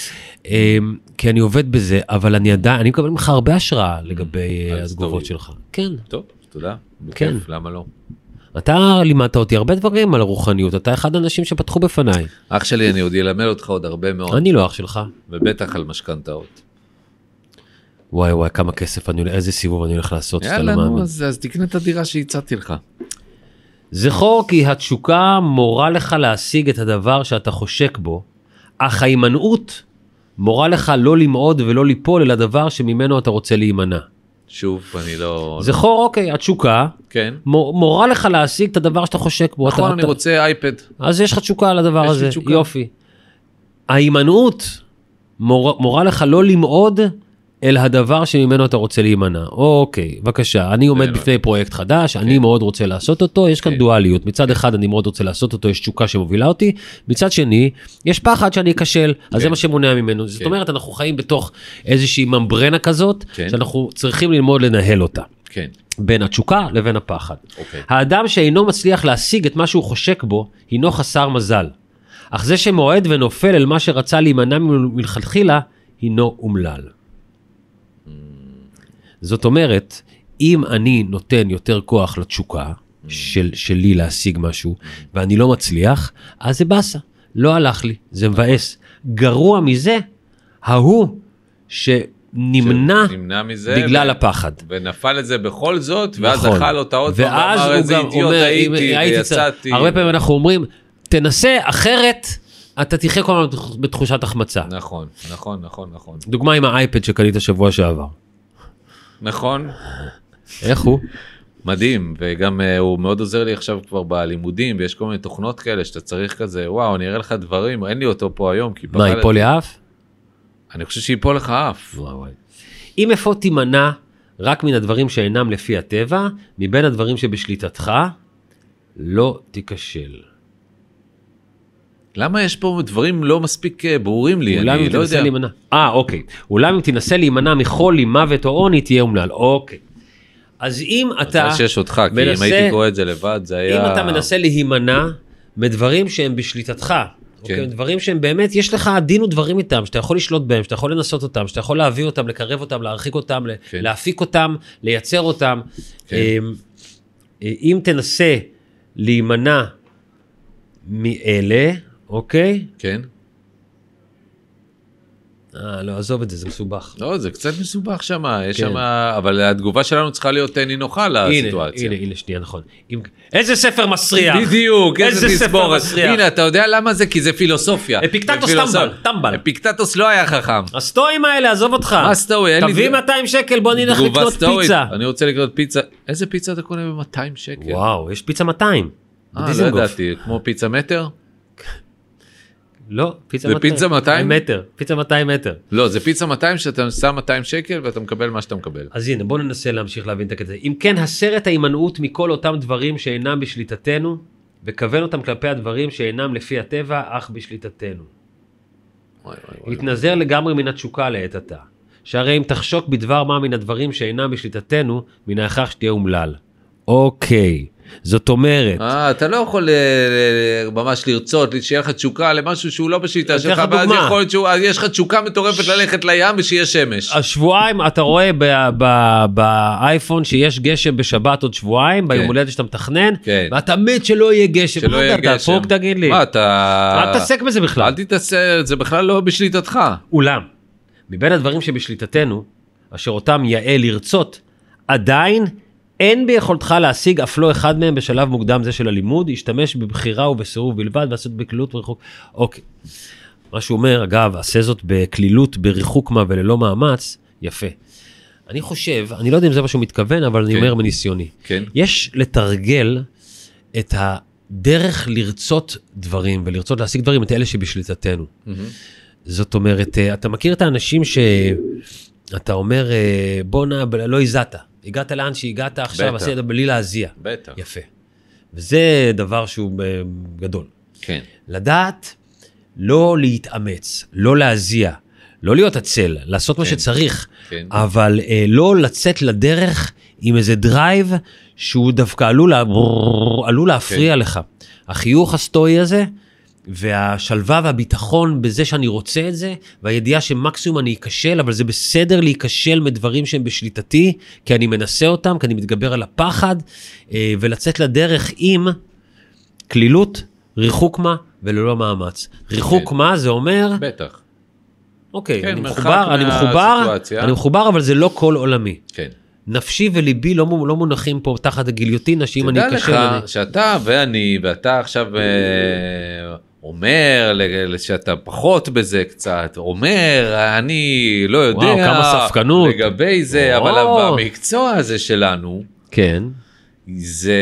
Speaker 2: אה, כי אני עובד בזה, אבל אני עדיין, אני מקבל ממך הרבה השראה לגבי אה,
Speaker 3: Mm-hmm. על
Speaker 2: התגובות
Speaker 3: סטורי.
Speaker 2: שלך. כן,
Speaker 3: טוב, תודה.
Speaker 2: כן.
Speaker 3: כן. למה לא?
Speaker 2: אתה לימדת אותי הרבה דברים על הרוחניות, אתה אחד האנשים שפתחו בפניי,
Speaker 3: אח שלי, אני עוד אלמד אותך עוד הרבה מאוד,
Speaker 2: אני לא אח שלך.
Speaker 3: ובטח על משכנתאות.
Speaker 2: וואי וואי כמה כסף אני הולך, איזה סיבוב אני הולך לעשות, שאתה
Speaker 3: יאללה,
Speaker 2: לא מאמין.
Speaker 3: נו, אז אז תקנה את הדירה שהצעתי לך.
Speaker 2: זכור כי התשוקה מורה לך להשיג את הדבר שאתה חושק בו, אך ההימנעות מורה לך לא למעוד ולא ליפול אל הדבר שממנו אתה רוצה להימנע.
Speaker 3: שוב, אני לא...
Speaker 2: זכור, אוקיי, התשוקה
Speaker 3: כן.
Speaker 2: מ- מורה לך להשיג את הדבר שאתה חושק בו.
Speaker 3: נכון,
Speaker 2: אתה,
Speaker 3: אני
Speaker 2: אתה-
Speaker 3: רוצה אייפד.
Speaker 2: אז יש לך תשוקה על הדבר
Speaker 3: יש לי
Speaker 2: הזה,
Speaker 3: תשוקה.
Speaker 2: יופי. ההימנעות מורה, מורה לך לא למעוד אל הדבר שממנו אתה רוצה להימנע. אוקיי, בבקשה, אני עומד
Speaker 3: לא-
Speaker 2: בפני פרויקט חדש, אני מאוד רוצה לעשות אותו, יש כאן
Speaker 3: כן.
Speaker 2: דואליות. מצד אחד אני מאוד רוצה לעשות אותו, יש תשוקה שמובילה אותי, מצד שני, יש פחד שאני אכשל, אז זה
Speaker 3: כן.
Speaker 2: מה שמונע ממנו. זאת
Speaker 3: כן.
Speaker 2: אומרת, אנחנו חיים בתוך איזושהי ממברנה כזאת,
Speaker 3: כן.
Speaker 2: שאנחנו צריכים ללמוד לנהל אותה.
Speaker 3: כן,
Speaker 2: בין התשוקה לבין הפחד.
Speaker 3: אוקיי.
Speaker 2: האדם שאינו מצליח להשיג את מה שהוא חושק בו, הינו חסר מזל. אך זה שמועד ונופל אל מה שרצה להימנע ממנו מלכתחילה, הינו אומלל. זאת אומרת, אם אני נותן יותר כוח לתשוקה של, שלי להשיג משהו, ואני לא מצליח, אז זה באסה. לא הלך לי, זה מבאס. גרוע מזה, ההוא שנמנע
Speaker 3: נמנע מזה.
Speaker 2: בגלל
Speaker 3: ו-
Speaker 2: הפחד.
Speaker 3: ונפל את זה בכל זאת, ואז
Speaker 2: נכון.
Speaker 3: אכל אותה עוד פעם,
Speaker 2: ואז
Speaker 3: ואמר
Speaker 2: הוא
Speaker 3: איזה
Speaker 2: גם
Speaker 3: אידיוט
Speaker 2: אומר, אם
Speaker 3: הייתי,
Speaker 2: צריך-"
Speaker 3: ויצאתי.
Speaker 2: הרבה פעמים אנחנו אומרים, תנסה, אחרת אתה תחיה כל הזמן בתחושת החמצה.
Speaker 3: נכון, נכון, נכון, נכון.
Speaker 2: דוגמה עם האייפד שקנית שבוע שעבר.
Speaker 3: נכון,
Speaker 2: איך הוא?
Speaker 3: מדהים, וגם אה, הוא מאוד עוזר לי עכשיו כבר בלימודים, ויש כל מיני תוכנות כאלה שאתה צריך כזה, וואו, אני אראה לך דברים, אין לי אותו פה היום, כי
Speaker 2: מה,
Speaker 3: פחדתי."
Speaker 2: ייפול לי אף?
Speaker 3: אני חושב שיפול לך אף.
Speaker 2: אם אפוא תימנע רק מן הדברים שאינם לפי הטבע, מבין הדברים שבשליטתך, לא תיכשל.
Speaker 3: למה יש פה דברים לא מספיק אה, ברורים לי?
Speaker 2: אולם אם
Speaker 3: אני לא
Speaker 2: תנסה
Speaker 3: יודע.
Speaker 2: להימנע. אה, אוקיי. אולם אם תנסה להימנע מחולי, מוות או עוני, תהיה אומלל. אוקיי. אז אם אתה...
Speaker 3: מזל שיש אותך, כי אם
Speaker 2: מנסה-
Speaker 3: הייתי קורא את זה לבד, זה היה...
Speaker 2: אם אתה מנסה להימנע מדברים שהם בשליטתך,
Speaker 3: כן.
Speaker 2: אוקיי, דברים שהם באמת, יש לך דין ודברים איתם, שאתה יכול לשלוט בהם, שאתה יכול לנסות אותם, שאתה יכול להביא אותם, לקרב אותם, להרחיק אותם, ל-
Speaker 3: כן.
Speaker 2: להפיק אותם, לייצר אותם.
Speaker 3: כן.
Speaker 2: אמ, אה, אם תנסה להימנע מאלה, אוקיי?
Speaker 3: כן?
Speaker 2: אה, לא, עזוב את זה, זה מסובך.
Speaker 3: לא, זה קצת מסובך שם, יש
Speaker 2: כן.
Speaker 3: שם... אבל התגובה שלנו צריכה להיות אה, נינוחה
Speaker 2: הנה,
Speaker 3: לסיטואציה.
Speaker 2: הנה, הנה, שנייה, נכון. אם- איזה ספר מסריח!
Speaker 3: בדיוק, איזה
Speaker 2: איזה ספר
Speaker 3: תסבורת.
Speaker 2: מסריח.
Speaker 3: הנה, אתה יודע למה זה? כי זה פילוסופיה.
Speaker 2: אפיקטטוס
Speaker 3: ופילוסופ-
Speaker 2: טמבל, טמבל.
Speaker 3: אפיקטטוס לא היה חכם.
Speaker 2: הסטואים האלה, עזוב אותך.
Speaker 3: מה סטואי? אין לי
Speaker 2: תביא
Speaker 3: דבר-
Speaker 2: 200 שקל, בוא נלך
Speaker 3: תגובה
Speaker 2: לקנות
Speaker 3: סטואית.
Speaker 2: פיצה.
Speaker 3: אני רוצה לקנות פיצה. איזה פיצה אתה קונה ב-200 שקל?
Speaker 2: וואו, יש פיצה 200.
Speaker 3: אה, לא
Speaker 2: בדיזנגוף.
Speaker 3: ידעתי, כמו פיצה מטר?
Speaker 2: לא, פיצה
Speaker 3: זה
Speaker 2: 200.
Speaker 3: פיצה 200?
Speaker 2: מטר, פיצה 200 מטר.
Speaker 3: לא, זה פיצה 200 שאתה שם 200 שקל ואתה מקבל מה שאתה מקבל.
Speaker 2: אז הנה, בואו ננסה להמשיך להבין את הקטע. אם כן, הסר את ההימנעות מכל אותם דברים שאינם בשליטתנו, וכוון אותם כלפי הדברים שאינם לפי הטבע, אך בשליטתנו.
Speaker 3: וואי, וואי, וואי.
Speaker 2: התנזר לגמרי מן התשוקה לעת עתה. שהרי אם תחשוק בדבר מה מן הדברים שאינם בשליטתנו, מן ההכרח שתהיה אומלל. אוקיי. זאת אומרת,
Speaker 3: אה, אתה לא יכול אה, אה, ממש לרצות, שיהיה לך תשוקה למשהו שהוא לא בשליטה
Speaker 2: אתן
Speaker 3: שלך,
Speaker 2: לך
Speaker 3: ואז
Speaker 2: דוגמה.
Speaker 3: יכול להיות שהוא, אז יש לך תשוקה מטורפת ללכת לים ושיהיה שמש.
Speaker 2: השבועיים אתה רואה ב- ב- באייפון שיש גשם בשבת עוד שבועיים ביום הולדת שאתה מתכנן
Speaker 3: כן.
Speaker 2: ואתה מת שלא יהיה גשם.
Speaker 3: שלא
Speaker 2: מה
Speaker 3: יהיה
Speaker 2: אתה, אתה
Speaker 3: גשם.
Speaker 2: דפוק תגיד לי.
Speaker 3: מה אתה...
Speaker 2: אל תתעסק בזה בכלל.
Speaker 3: אל תתעסק, זה בכלל לא בשליטתך.
Speaker 2: אולם, מבין הדברים שבשליטתנו, אשר אותם יאה לרצות, עדיין אין ביכולתך להשיג אף לא אחד מהם בשלב מוקדם זה של הלימוד, השתמש בבחירה ובסירוב בלבד ועשות בקלילות וריחוק. אוקיי. מה שהוא אומר, אגב, עשה זאת בקלילות, בריחוק מה וללא מאמץ, יפה. אני חושב, אני לא יודע אם זה מה שהוא מתכוון, אבל אני
Speaker 3: כן.
Speaker 2: אומר מניסיוני.
Speaker 3: כן.
Speaker 2: יש לתרגל את הדרך לרצות דברים ולרצות להשיג דברים, את אלה שבשליטתנו. זאת אומרת, אה, אתה מכיר את האנשים שאתה אומר, אה, בואנה, ב- לא הזעת, הגעת לאן שהגעת עכשיו,
Speaker 3: בטח.
Speaker 2: עשית בלי להזיע.
Speaker 3: בטח.
Speaker 2: יפה. וזה דבר שהוא אה, גדול.
Speaker 3: כן.
Speaker 2: לדעת לא להתאמץ, לא להזיע, לא להיות עצל, לעשות מה
Speaker 3: כן.
Speaker 2: שצריך,
Speaker 3: כן.
Speaker 2: אבל אה, לא לצאת לדרך עם איזה דרייב שהוא דווקא עלול, לה... עלול
Speaker 3: כן.
Speaker 2: להפריע לך. החיוך הסטואי הזה, והשלווה והביטחון בזה שאני רוצה את זה, והידיעה שמקסימום אני אכשל, אבל זה בסדר להיכשל מדברים שהם בשליטתי, כי אני מנסה אותם, כי אני מתגבר על הפחד, אה, ולצאת לדרך עם קלילות, ריחוק מה וללא מאמץ. ריחוק
Speaker 3: כן.
Speaker 2: מה זה אומר,
Speaker 3: בטח.
Speaker 2: אוקיי,
Speaker 3: כן,
Speaker 2: אני
Speaker 3: מרחק
Speaker 2: מחובר, אני מחובר,
Speaker 3: מהסיטואציה.
Speaker 2: אני מחובר, אבל זה לא כל עולמי.
Speaker 3: כן.
Speaker 2: נפשי וליבי לא, מו- לא מונחים פה תחת הגיליוטינה, שאם אני
Speaker 3: תדע
Speaker 2: אקשר...
Speaker 3: לך
Speaker 2: אני...
Speaker 3: שאתה ואני ואתה עכשיו אה, אומר ל- שאתה פחות בזה קצת אומר אני לא יודע
Speaker 2: וואו, כמה ספקנות.
Speaker 3: לגבי זה
Speaker 2: או.
Speaker 3: אבל במקצוע הזה שלנו
Speaker 2: כן,
Speaker 3: זה,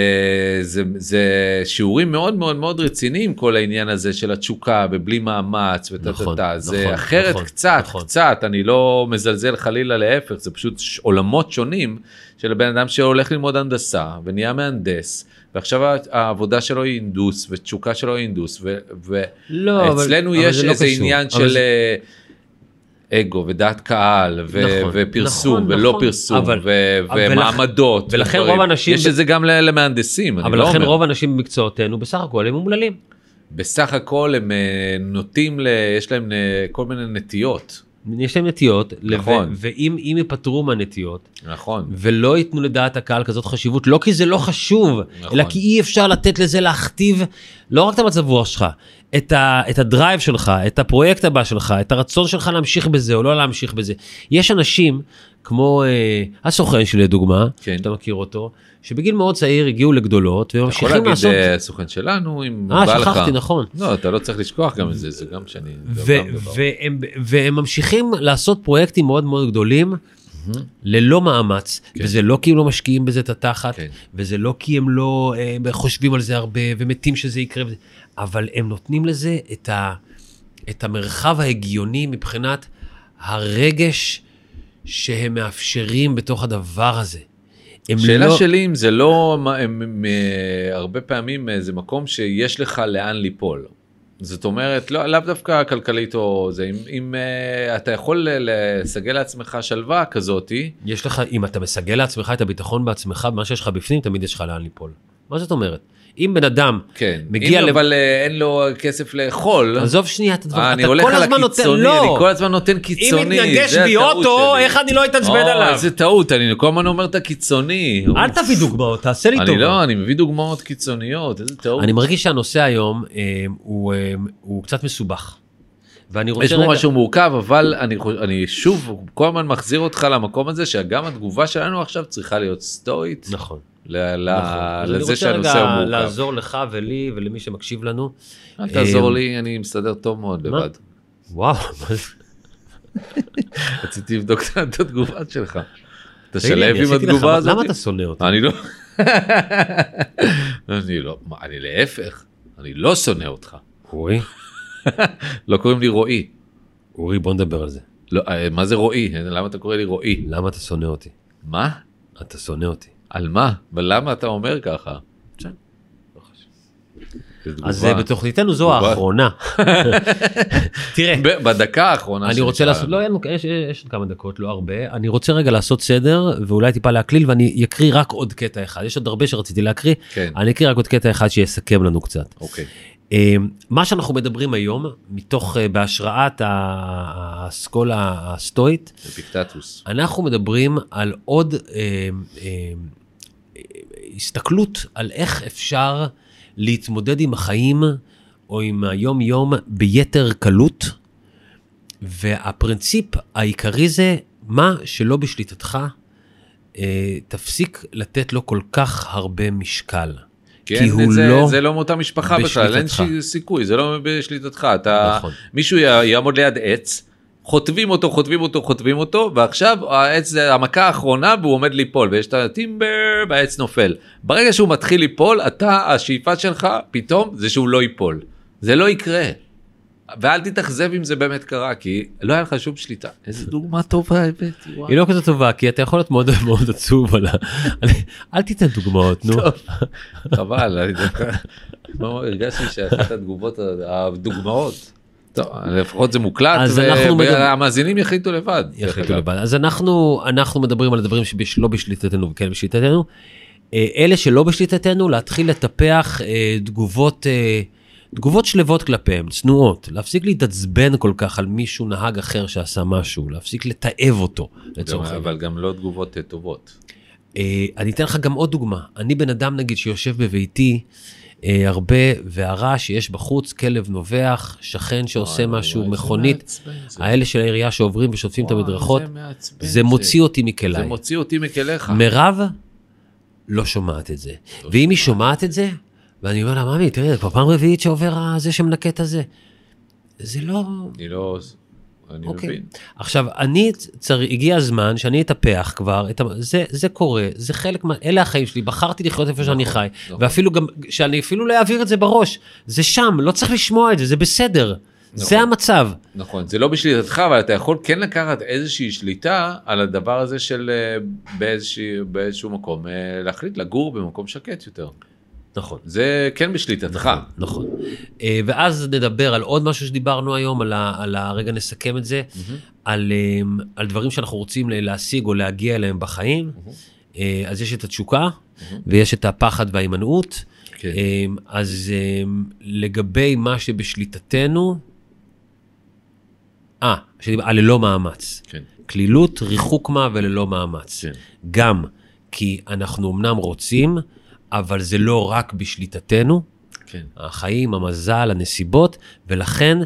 Speaker 3: זה, זה שיעורים מאוד מאוד מאוד רציניים כל העניין הזה של התשוקה ובלי מאמץ וטה
Speaker 2: נכון,
Speaker 3: טה טה זה
Speaker 2: נכון,
Speaker 3: אחרת
Speaker 2: נכון,
Speaker 3: קצת
Speaker 2: נכון.
Speaker 3: קצת אני לא מזלזל חלילה להפך זה פשוט ש- עולמות שונים של הבן אדם שהולך ללמוד הנדסה ונהיה מהנדס ועכשיו ה- העבודה שלו היא הינדוס ותשוקה שלו היא הינדוס ו,
Speaker 2: לא, אבל-
Speaker 3: ואצלנו
Speaker 2: אבל
Speaker 3: יש
Speaker 2: זה לא
Speaker 3: איזה
Speaker 2: קשור.
Speaker 3: עניין
Speaker 2: אבל
Speaker 3: של.
Speaker 2: זה-
Speaker 3: אה, אגו ודעת קהל ו-
Speaker 2: נכון,
Speaker 3: ופרסום
Speaker 2: נכון,
Speaker 3: ולא
Speaker 2: נכון.
Speaker 3: פרסום
Speaker 2: אבל-
Speaker 3: ו-
Speaker 2: אבל-
Speaker 3: ומעמדות
Speaker 2: ולכן
Speaker 3: ודברים.
Speaker 2: רוב האנשים-
Speaker 3: יש את זה גם ל- למהנדסים אני
Speaker 2: אבל
Speaker 3: לא
Speaker 2: לכן
Speaker 3: אומר
Speaker 2: רוב האנשים במקצועותינו בסך הכל הם אומללים.
Speaker 3: בסך הכל הם אה, נוטים ל... יש להם אה, כל מיני נטיות
Speaker 2: יש להם נטיות,
Speaker 3: נכון.
Speaker 2: לב- ואם אם ייפטרו מהנטיות
Speaker 3: נכון
Speaker 2: ולא ייתנו לדעת הקהל כזאת חשיבות, לא כי זה לא חשוב,
Speaker 3: נכון.
Speaker 2: אלא כי אי אפשר לתת לזה להכתיב לא רק את המצב רוח שלך, את, ה, את הדרייב שלך, את הפרויקט הבא שלך, את הרצון שלך להמשיך בזה או לא להמשיך בזה. יש אנשים כמו אה, הסוכן שלי לדוגמה,
Speaker 3: כן.
Speaker 2: שאתה מכיר אותו, שבגיל מאוד צעיר הגיעו לגדולות
Speaker 3: אתה יכול
Speaker 2: וממשיכים
Speaker 3: להגיד
Speaker 2: לעשות...
Speaker 3: אה, סוכן שלנו אם
Speaker 2: אה,
Speaker 3: בא לך.
Speaker 2: שכחתי, נכון.
Speaker 3: לא אתה לא צריך לשכוח גם את זה זה גם שאני. זה
Speaker 2: ו-
Speaker 3: גם לא דבר.
Speaker 2: והם, והם ממשיכים לעשות פרויקטים מאוד מאוד גדולים. ללא מאמץ, כן. וזה לא כי הם לא משקיעים בזה את התחת, כן.
Speaker 3: כן.
Speaker 2: וזה לא כי הם לא הם חושבים על זה הרבה ומתים שזה יקרה, וזה- אבל הם נותנים לזה את, ה, את המרחב ההגיוני מבחינת הרגש שהם מאפשרים בתוך הדבר הזה. הם
Speaker 3: שאלה
Speaker 2: לא...
Speaker 3: שלי אם זה לא, מה- הם- הם, אה, הרבה פעמים אה, זה מקום שיש לך לאן ליפול. זאת אומרת, לא, לאו דווקא כלכלית או זה, אם, אם אה, אתה יכול ל- לסגל לעצמך שלווה כזאתי,
Speaker 2: יש לך, אם אתה מסגל לעצמך את הביטחון בעצמך, במה שיש לך בפנים, תמיד יש לך לאן ליפול. מה זאת אומרת? אם בן אדם
Speaker 3: כן,
Speaker 2: מגיע
Speaker 3: אם
Speaker 2: לב-
Speaker 3: אבל אה, אין לו כסף לאכול,
Speaker 2: עזוב שנייה את הדברים,
Speaker 3: אה, אני
Speaker 2: אתה
Speaker 3: הולך
Speaker 2: כל
Speaker 3: על
Speaker 2: הזמן נותן,
Speaker 3: הקיצוני, אני כל
Speaker 2: לא,
Speaker 3: הזמן נותן
Speaker 2: אם
Speaker 3: קיצוני,
Speaker 2: מתנגש
Speaker 3: זה
Speaker 2: בי
Speaker 3: הטעות
Speaker 2: אוטו,
Speaker 3: שלי.
Speaker 2: איך אני לא אתעצבן
Speaker 3: או,
Speaker 2: עליו?
Speaker 3: איזה טעות, אני כל הזמן אומר את הקיצוני.
Speaker 2: אל תביא דוגמאות, תעשה לי
Speaker 3: אני
Speaker 2: טובה.
Speaker 3: לא, אני מביא דוגמאות קיצוניות, איזה טעות.
Speaker 2: אני מרגיש שהנושא היום אה, הוא, אה, הוא קצת מסובך. ואני רוצה
Speaker 3: יש
Speaker 2: רגע...
Speaker 3: פה משהו מורכב אבל אני חוש- אני שוב כל הזמן מחזיר אותך למקום הזה שגם התגובה שלנו עכשיו צריכה להיות סטואית
Speaker 2: נכון.
Speaker 3: ל- ל-
Speaker 2: נכון. אז אני
Speaker 3: לזה
Speaker 2: רוצה
Speaker 3: שהנושא הוא
Speaker 2: רגע
Speaker 3: מורכב.
Speaker 2: לעזור לך ולי ולמי שמקשיב לנו.
Speaker 3: אל תעזור
Speaker 2: אה,
Speaker 3: לי אני מסתדר טוב מאוד
Speaker 2: מה?
Speaker 3: לבד.
Speaker 2: וואו, מה זה?
Speaker 3: רציתי לבדוק את התגובה שלך.
Speaker 2: תגיד לי,
Speaker 3: תשלב
Speaker 2: אני
Speaker 3: עם
Speaker 2: עשיתי לך-
Speaker 3: התגובה הזאת.
Speaker 2: למה אתה שונא אותי?
Speaker 3: אני לא. אני לא. מה, אני להפך. אני לא שונא אותך.
Speaker 2: אורי,
Speaker 3: לא קוראים לי רועי.
Speaker 2: אורי, בוא נדבר על זה.
Speaker 3: לא, אה, מה זה רועי? למה אתה קורא לי רועי?
Speaker 2: למה אתה שונא אותי?
Speaker 3: מה?
Speaker 2: אתה שונא אותי.
Speaker 3: על מה? ולמה אתה אומר ככה?
Speaker 2: אז
Speaker 3: לא תגובה.
Speaker 2: אה, בתוכניתנו זו
Speaker 3: תגובה.
Speaker 2: האחרונה. תראה,
Speaker 3: ב- בדקה האחרונה
Speaker 2: אני
Speaker 3: שנשארה
Speaker 2: רוצה
Speaker 3: לנו.
Speaker 2: לעשות, לא, אין, יש, יש עוד כמה דקות, לא הרבה. אני רוצה רגע לעשות סדר, ואולי טיפה להקליל, ואני אקריא רק עוד קטע אחד. יש עוד הרבה שרציתי להקריא,
Speaker 3: כן,
Speaker 2: אני אקריא רק עוד קטע אחד שיסכם לנו קצת.
Speaker 3: אוקיי.
Speaker 2: אה, מה שאנחנו מדברים היום, מתוך, אה, בהשראת ה- האסכולה הסטואית,
Speaker 3: אפיקטטוס.
Speaker 2: אנחנו מדברים על עוד אה, אה, אה, הסתכלות על איך אפשר להתמודד עם החיים או עם היום-יום ביתר קלות, והפרינציפ העיקרי זה מה שלא בשליטתך, אה, תפסיק לתת לו כל כך הרבה משקל.
Speaker 3: כן,
Speaker 2: כי הוא
Speaker 3: זה,
Speaker 2: לא
Speaker 3: זה לא מאותה משפחה בכלל, אין
Speaker 2: בשליטתך.
Speaker 3: שי- סיכוי, זה לא בשליטתך. אתה,
Speaker 2: נכון.
Speaker 3: מישהו י- יעמוד ליד עץ, חוטבים אותו, חוטבים אותו, חוטבים אותו, ועכשיו העץ זה המכה האחרונה והוא עומד ליפול, ויש את הטימבר והעץ נופל. ברגע שהוא מתחיל ליפול, אתה, השאיפה שלך פתאום זה שהוא לא ייפול. זה לא יקרה. ואל תתאכזב אם זה באמת קרה, כי לא היה לך שום שליטה. איזה דוגמה טובה הבאתי, וואו.
Speaker 2: היא לא כזאת טובה, כי אתה יכול להיות מאוד מאוד עצוב על ה... אל תיתן דוגמאות, נו.
Speaker 3: טוב. חבל, אני דווקא- לא, הרגשתי שאחת התגובות, הדוגמאות. טוב, לפחות זה מוקלט,
Speaker 2: אז
Speaker 3: ו-
Speaker 2: אנחנו מדברים-
Speaker 3: והמאזינים יחליטו לבד. דרך
Speaker 2: יחליטו
Speaker 3: אגב.
Speaker 2: לבד. אז אנחנו, אנחנו מדברים על הדברים שלא בשליטתנו וכן בשליטתנו. אה, אלה שלא בשליטתנו, להתחיל לטפח אה, תגובות, אה, תגובות שלוות כלפיהם, צנועות. להפסיק להתעצבן כל כך על מישהו, נהג אחר שעשה משהו, להפסיק לתעב אותו,
Speaker 3: גם-
Speaker 2: לצורך העניין.
Speaker 3: אבל גם לא תגובות אה, טובות.
Speaker 2: אה, אני אתן לך גם עוד דוגמה. אני בן אדם, נגיד, שיושב בביתי אה, הרבה, והרעש שיש בחוץ, כלב נובח, שכן שעושה
Speaker 3: וואי,
Speaker 2: משהו,
Speaker 3: וואי, אה, זה
Speaker 2: מכונית,
Speaker 3: מעצבן, זה-
Speaker 2: האלה של העירייה שעוברים ושוטפים את
Speaker 3: וואי,
Speaker 2: המדרכות.
Speaker 3: זה מעצבן,
Speaker 2: זה מוציא אותי
Speaker 3: זה
Speaker 2: מכליי.
Speaker 3: מוציא אותי מכליך.
Speaker 2: מירב לא שומעת את זה.
Speaker 3: לא
Speaker 2: ואם היא שומעת את זה, ואני אומר לה, ממי, תראי, זה כבר פעם רביעית שעובר זה שמנקה את הזה. זה לא...
Speaker 3: אני לא... אני
Speaker 2: אוקיי.
Speaker 3: מבין.
Speaker 2: עכשיו, אני צריך, הגיע הזמן שאני אטפח כבר, את, ה- זה, זה קורה, זה חלק מה... אלה החיים שלי, בחרתי לחיות איפה שאני חי,
Speaker 3: נכון.
Speaker 2: ואפילו גם, שאני אפילו לא אעביר את זה בראש, זה שם, לא צריך לשמוע את זה, זה בסדר. זה המצב.
Speaker 3: נכון, זה לא בשליטתך, אבל אתה יכול כן לקחת איזושהי שליטה על הדבר הזה של אה, באיזושהי- באיזשהו מקום, אה, להחליט לגור במקום שקט יותר.
Speaker 2: נכון.
Speaker 3: זה כן בשליטתך.
Speaker 2: נכון. אה, ואז נדבר על עוד משהו שדיברנו היום, על ה... על ה רגע נסכם את זה, על, אמ, על דברים שאנחנו רוצים ל- להשיג או להגיע אליהם בחיים. אה, אז יש את התשוקה, ויש את הפחד וההימנעות.
Speaker 3: כן.
Speaker 2: אמ, אז אמ, לגבי מה שבשליטתנו, אה, שדיבר- אה, ללא מאמץ.
Speaker 3: כן.
Speaker 2: קלילות, ריחוק מה וללא מאמץ.
Speaker 3: כן.
Speaker 2: גם כי אנחנו אמנם רוצים, אבל זה לא רק בשליטתנו.
Speaker 3: כן.
Speaker 2: החיים, המזל, הנסיבות, ולכן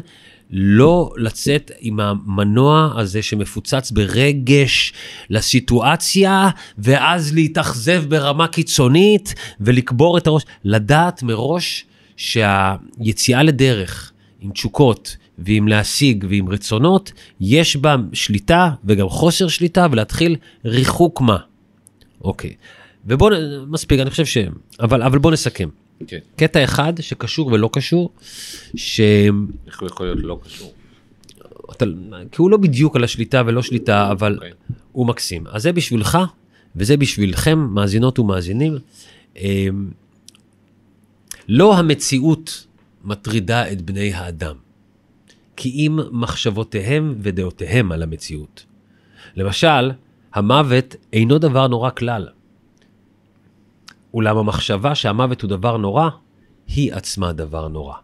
Speaker 2: לא לצאת עם המנוע הזה שמפוצץ ברגש לסיטואציה, ואז להתאכזב ברמה קיצונית ולקבור את הראש. לדעת מראש שהיציאה לדרך עם תשוקות ועם להשיג ועם רצונות, יש בה שליטה וגם חוסר שליטה, ולהתחיל ריחוק מה. אוקיי. ובואו, נ- מספיק, אני חושב ש... אבל, אבל בואו נסכם.
Speaker 3: כן.
Speaker 2: קטע אחד שקשור ולא קשור, שאתה,
Speaker 3: איך הוא יכול להיות לא קשור?
Speaker 2: כי הוא לא בדיוק על השליטה ולא שליטה, אבל
Speaker 3: אוקיי.
Speaker 2: הוא מקסים. אז זה בשבילך, וזה בשבילכם, מאזינות ומאזינים. אמ, לא המציאות מטרידה את בני האדם, כי אם מחשבותיהם ודעותיהם על המציאות. למשל, המוות אינו דבר נורא כלל. אולם המחשבה שהמוות הוא דבר נורא, היא עצמה דבר נורא.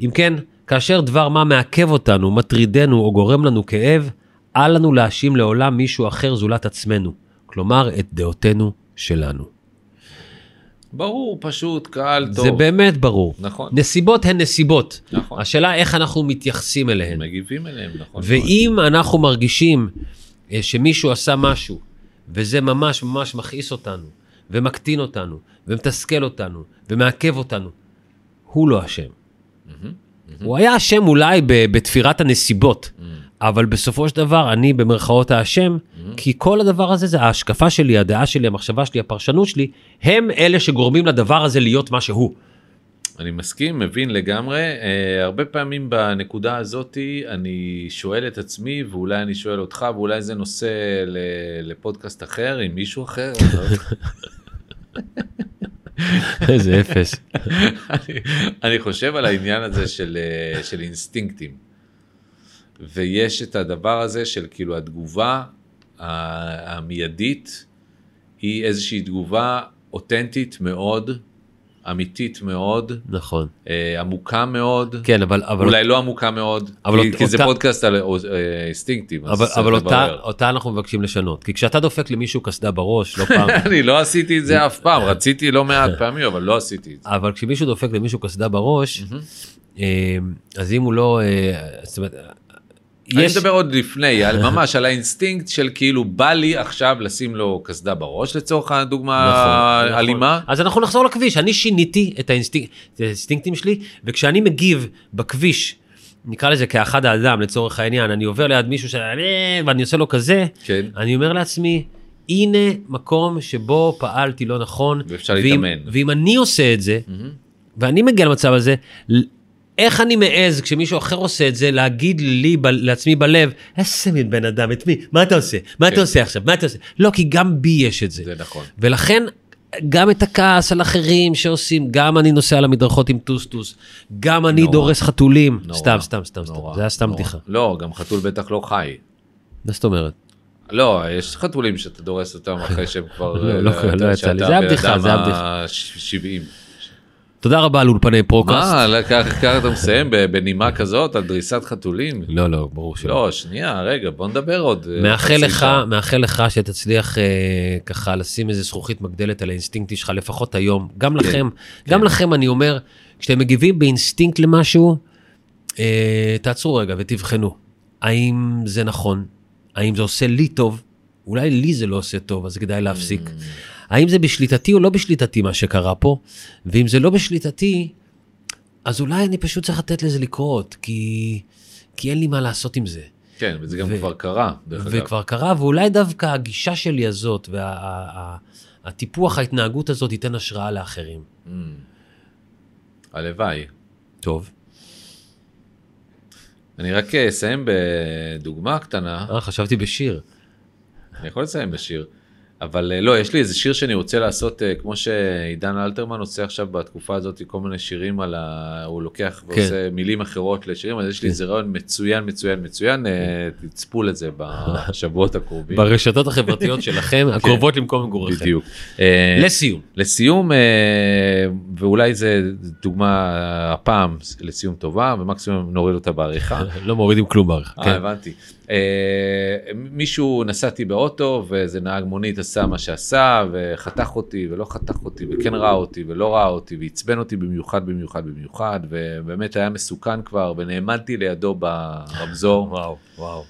Speaker 2: אם כן, כאשר דבר מה מעכב אותנו, מטרידנו או גורם לנו כאב, אל לנו להאשים לעולם מישהו אחר זולת עצמנו, כלומר את דעותינו שלנו.
Speaker 3: ברור, פשוט, קהל טוב.
Speaker 2: זה באמת ברור.
Speaker 3: נכון.
Speaker 2: נסיבות הן נסיבות.
Speaker 3: נכון.
Speaker 2: השאלה איך אנחנו מתייחסים אליהן.
Speaker 3: מגיבים אליהם, נכון.
Speaker 2: ואם אנחנו מרגישים אה, שמישהו עשה משהו, וזה ממש ממש מכעיס אותנו, ומקטין אותנו, ומתסכל אותנו, ומעכב אותנו, הוא לא אשם. הוא היה אשם אולי ב- בתפירת הנסיבות,
Speaker 3: Mm.
Speaker 2: אבל בסופו של דבר אני במרכאות האשם,
Speaker 3: Mm-hmm.
Speaker 2: כי כל הדבר הזה זה ההשקפה שלי, הדעה שלי, המחשבה שלי, הפרשנות שלי, הם אלה שגורמים לדבר הזה להיות מה שהוא.
Speaker 3: אני מסכים, מבין לגמרי. אה, הרבה פעמים בנקודה הזאתי אני שואל את עצמי, ואולי אני שואל אותך, ואולי זה נושא ל- לפודקאסט אחר עם מישהו אחר.
Speaker 2: איזה אפס.
Speaker 3: אני- אני חושב על העניין הזה של, אה, של אינסטינקטים. ויש את הדבר הזה של כאילו התגובה ה- המיידית היא איזושהי תגובה אותנטית מאוד, אמיתית מאוד,
Speaker 2: נכון.
Speaker 3: אה, עמוקה מאוד,
Speaker 2: כן, אבל... אבל
Speaker 3: אולי לא עמוקה מאוד,
Speaker 2: אבל
Speaker 3: כי,
Speaker 2: אות-
Speaker 3: כי זה
Speaker 2: אותה-
Speaker 3: פודקאסט על אה, אינסטינקטים, אז
Speaker 2: אבל,
Speaker 3: צריך
Speaker 2: אבל אותה,
Speaker 3: לברר.
Speaker 2: אותה אנחנו מבקשים לשנות. כי כשאתה דופק למישהו קסדה בראש, לא פעם,
Speaker 3: אני לא עשיתי את זה אף פעם, רציתי לא מעט פעמים, אבל לא עשיתי את זה.
Speaker 2: אבל כשמישהו דופק למישהו קסדה בראש,
Speaker 3: Mm-hmm.
Speaker 2: אה, אז אם הוא לא... אה, זאת אומרת,
Speaker 3: אני
Speaker 2: יש...
Speaker 3: מדבר עוד לפני, על ממש על האינסטינקט של כאילו בא לי עכשיו לשים לו קסדה בראש לצורך הדוגמה
Speaker 2: נכון,
Speaker 3: האלימה.
Speaker 2: נכון. אז אנחנו נחזור לכביש, אני שיניתי את האינסטינק- את האינסטינקטים שלי, וכשאני מגיב בכביש, נקרא לזה כאחד האדם לצורך העניין, אני עובר ליד מישהו ש... ואני עושה לו כזה,
Speaker 3: כן.
Speaker 2: אני אומר לעצמי, הנה מקום שבו פעלתי לא נכון,
Speaker 3: ואפשר
Speaker 2: ואם,
Speaker 3: להתאמן.
Speaker 2: ואם אני עושה את זה, ואני מגיע למצב הזה, ל- איך אני מעז כשמישהו אחר עושה את זה להגיד לי, ב, לעצמי בלב, איזה מין בן אדם, את מי, מה אתה עושה? מה
Speaker 3: כן.
Speaker 2: אתה עושה עכשיו? מה אתה עושה? לא, כי גם בי יש את זה.
Speaker 3: זה נכון.
Speaker 2: ולכן גם את הכעס על אחרים שעושים, גם אני נוסע על המדרכות עם טוסטוס, גם אני
Speaker 3: נורא.
Speaker 2: דורס חתולים,
Speaker 3: נורא,
Speaker 2: סתם, סתם, סתם, סתם,
Speaker 3: נורא,
Speaker 2: זה היה סתם
Speaker 3: נורא.
Speaker 2: בדיחה.
Speaker 3: לא, גם חתול בטח לא חי.
Speaker 2: מה זאת אומרת?
Speaker 3: לא, יש חתולים שאתה דורס אותם אחרי שהם כבר...
Speaker 2: לא,
Speaker 3: אה,
Speaker 2: לא,
Speaker 3: אתה-
Speaker 2: לא יצא לי.
Speaker 3: שאתה
Speaker 2: זה היה בדיחה,
Speaker 3: הבן
Speaker 2: זה היה
Speaker 3: אדם
Speaker 2: בדיחה.
Speaker 3: ה-70.
Speaker 2: תודה רבה על אולפני פרוקאסט.
Speaker 3: מה, לא, ככה ככה אתה מסיים ב- בנימה כזאת על דריסת חתולים?
Speaker 2: לא, לא, ברור שלא.
Speaker 3: לא, שנייה, רגע, בוא נדבר עוד. אה,
Speaker 2: מאחל
Speaker 3: חצי
Speaker 2: לך,
Speaker 3: שעה.
Speaker 2: מאחל לך שתצליח אה, ככה לשים איזה זכוכית מגדלת על האינסטינקטים שלך, לפחות היום.
Speaker 3: כן,
Speaker 2: גם לכם, גם לכם אני אומר, כשאתם מגיבים באינסטינקט למשהו, אה, תעצרו רגע ותבחנו. האם זה נכון? האם זה עושה לי טוב? אולי לי זה לא עושה טוב, אז כדאי להפסיק.
Speaker 3: Mm.
Speaker 2: האם זה בשליטתי או לא בשליטתי מה שקרה פה? ואם זה לא בשליטתי, אז אולי אני פשוט צריך לתת לזה לקרות, כי, כי אין לי מה לעשות עם זה.
Speaker 3: כן, וזה גם
Speaker 2: ו-
Speaker 3: כבר קרה, דרך אגב.
Speaker 2: וכבר קרה, ואולי דווקא הגישה שלי הזאת והטיפוח ההתנהגות הזאת ייתן השראה לאחרים.
Speaker 3: Mm. הלוואי.
Speaker 2: טוב.
Speaker 3: אני רק אה, אסיים בדוגמה קטנה,
Speaker 2: אה, חשבתי בשיר.
Speaker 3: אני יכול לסיים בשיר, אבל אה, לא, יש לי איזה שיר שאני רוצה לעשות, אה, כמו שעידן אלתרמן עושה עכשיו בתקופה הזאת, כל מיני שירים על ה... הוא לוקח ועושה
Speaker 2: כן.
Speaker 3: מילים אחרות לשירים, אז יש לי איזה רעיון מצוין, מצוין, מצוין, אה, תצפו לזה בשבועות הקרובים.
Speaker 2: ברשתות החברתיות שלכם, הקרובות למקום מגוריכם.
Speaker 3: כן. בדיוק. אה,
Speaker 2: לסיום.
Speaker 3: לסיום, אה, ואולי זה דוגמה אה, הפעם לסיום טובה, ומקסימום נוריד אותה בעריכה.
Speaker 2: לא מורידים כלום בערך.
Speaker 3: אה,
Speaker 2: כן.
Speaker 3: הבנתי. אה, מישהו, נסעתי באוטו, ואיזה נהג מונית עשה מה שעשה, וחתך אותי, ולא חתך אותי, וכן ראה אותי, ולא ראה אותי, ועצבן אותי במיוחד, במיוחד, במיוחד, ובאמת היה מסוכן כבר, ונעמדתי לידו ברמזור.
Speaker 2: וואו, וואו.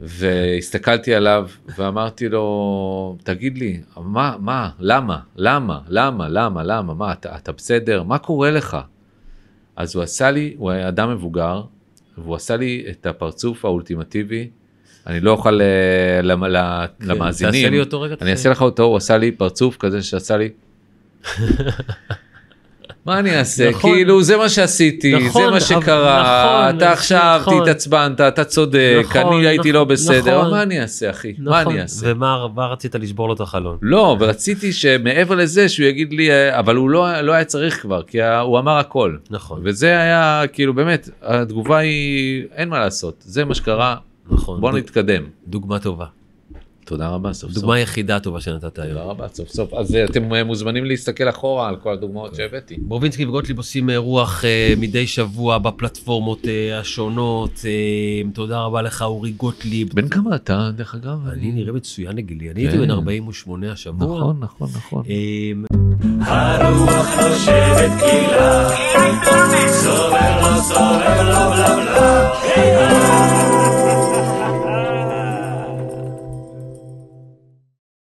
Speaker 3: והסתכלתי עליו ואמרתי לו, תגיד לי, מה, מה, למה, למה, למה, למה, למה, מה, אתה, אתה בסדר, מה קורה לך? אז הוא עשה לי, הוא היה אדם מבוגר, והוא עשה לי את הפרצוף האולטימטיבי, אני לא אוכל אה, למ, ל- למאזינים,
Speaker 2: כן, תעשה לי אותו רגע.
Speaker 3: אני אעשה לך אותו, הוא עשה לי פרצוף כזה שעשה לי... מה אני אעשה?
Speaker 2: נכון.
Speaker 3: כאילו, זה מה שעשיתי,
Speaker 2: נכון,
Speaker 3: זה
Speaker 2: אבל-
Speaker 3: מה שקרה,
Speaker 2: נכון,
Speaker 3: אתה
Speaker 2: אז-
Speaker 3: עכשיו
Speaker 2: נכון.
Speaker 3: התעצבנת, אתה צודק,
Speaker 2: נכון,
Speaker 3: אני הייתי לא
Speaker 2: נכון,
Speaker 3: בסדר,
Speaker 2: נכון.
Speaker 3: מה אני אעשה, אחי? מה
Speaker 2: נכון.
Speaker 3: אני אעשה?
Speaker 2: ומה מה רצית לשבור לו את החלון?
Speaker 3: לא, ורציתי שמעבר לזה שהוא יגיד לי, אה, אבל הוא לא לא היה צריך כבר, כי ה- הוא אמר הכל.
Speaker 2: נכון,
Speaker 3: וזה היה, כאילו, באמת, התגובה היא, אין מה לעשות, זה מה שקרה,
Speaker 2: נכון.
Speaker 3: בוא
Speaker 2: דוג-
Speaker 3: נתקדם.
Speaker 2: דוגמה טובה.
Speaker 3: תודה רבה, סוף סוף.
Speaker 2: דוגמה היחידה טובה שנתת היום.
Speaker 3: תודה רבה, סוף סוף. אז אה, אתם אה, מוזמנים להסתכל אחורה על כל הדוגמאות שהבאתי.
Speaker 2: בובינסקי וגוטליב עושים אה, רוח אה, מדי שבוע בפלטפורמות אה, השונות. אה, תודה רבה לך, אורי גוטליב.
Speaker 3: בן כמה אתה, דרך אגב?
Speaker 2: אני נראה מצוין לגילי, אני הייתי
Speaker 3: כן.
Speaker 2: בן 48 השבוע.
Speaker 3: נכון, נכון, נכון.
Speaker 2: אה,
Speaker 5: הרוח נושבת קהילה, סובב לו, סובב לו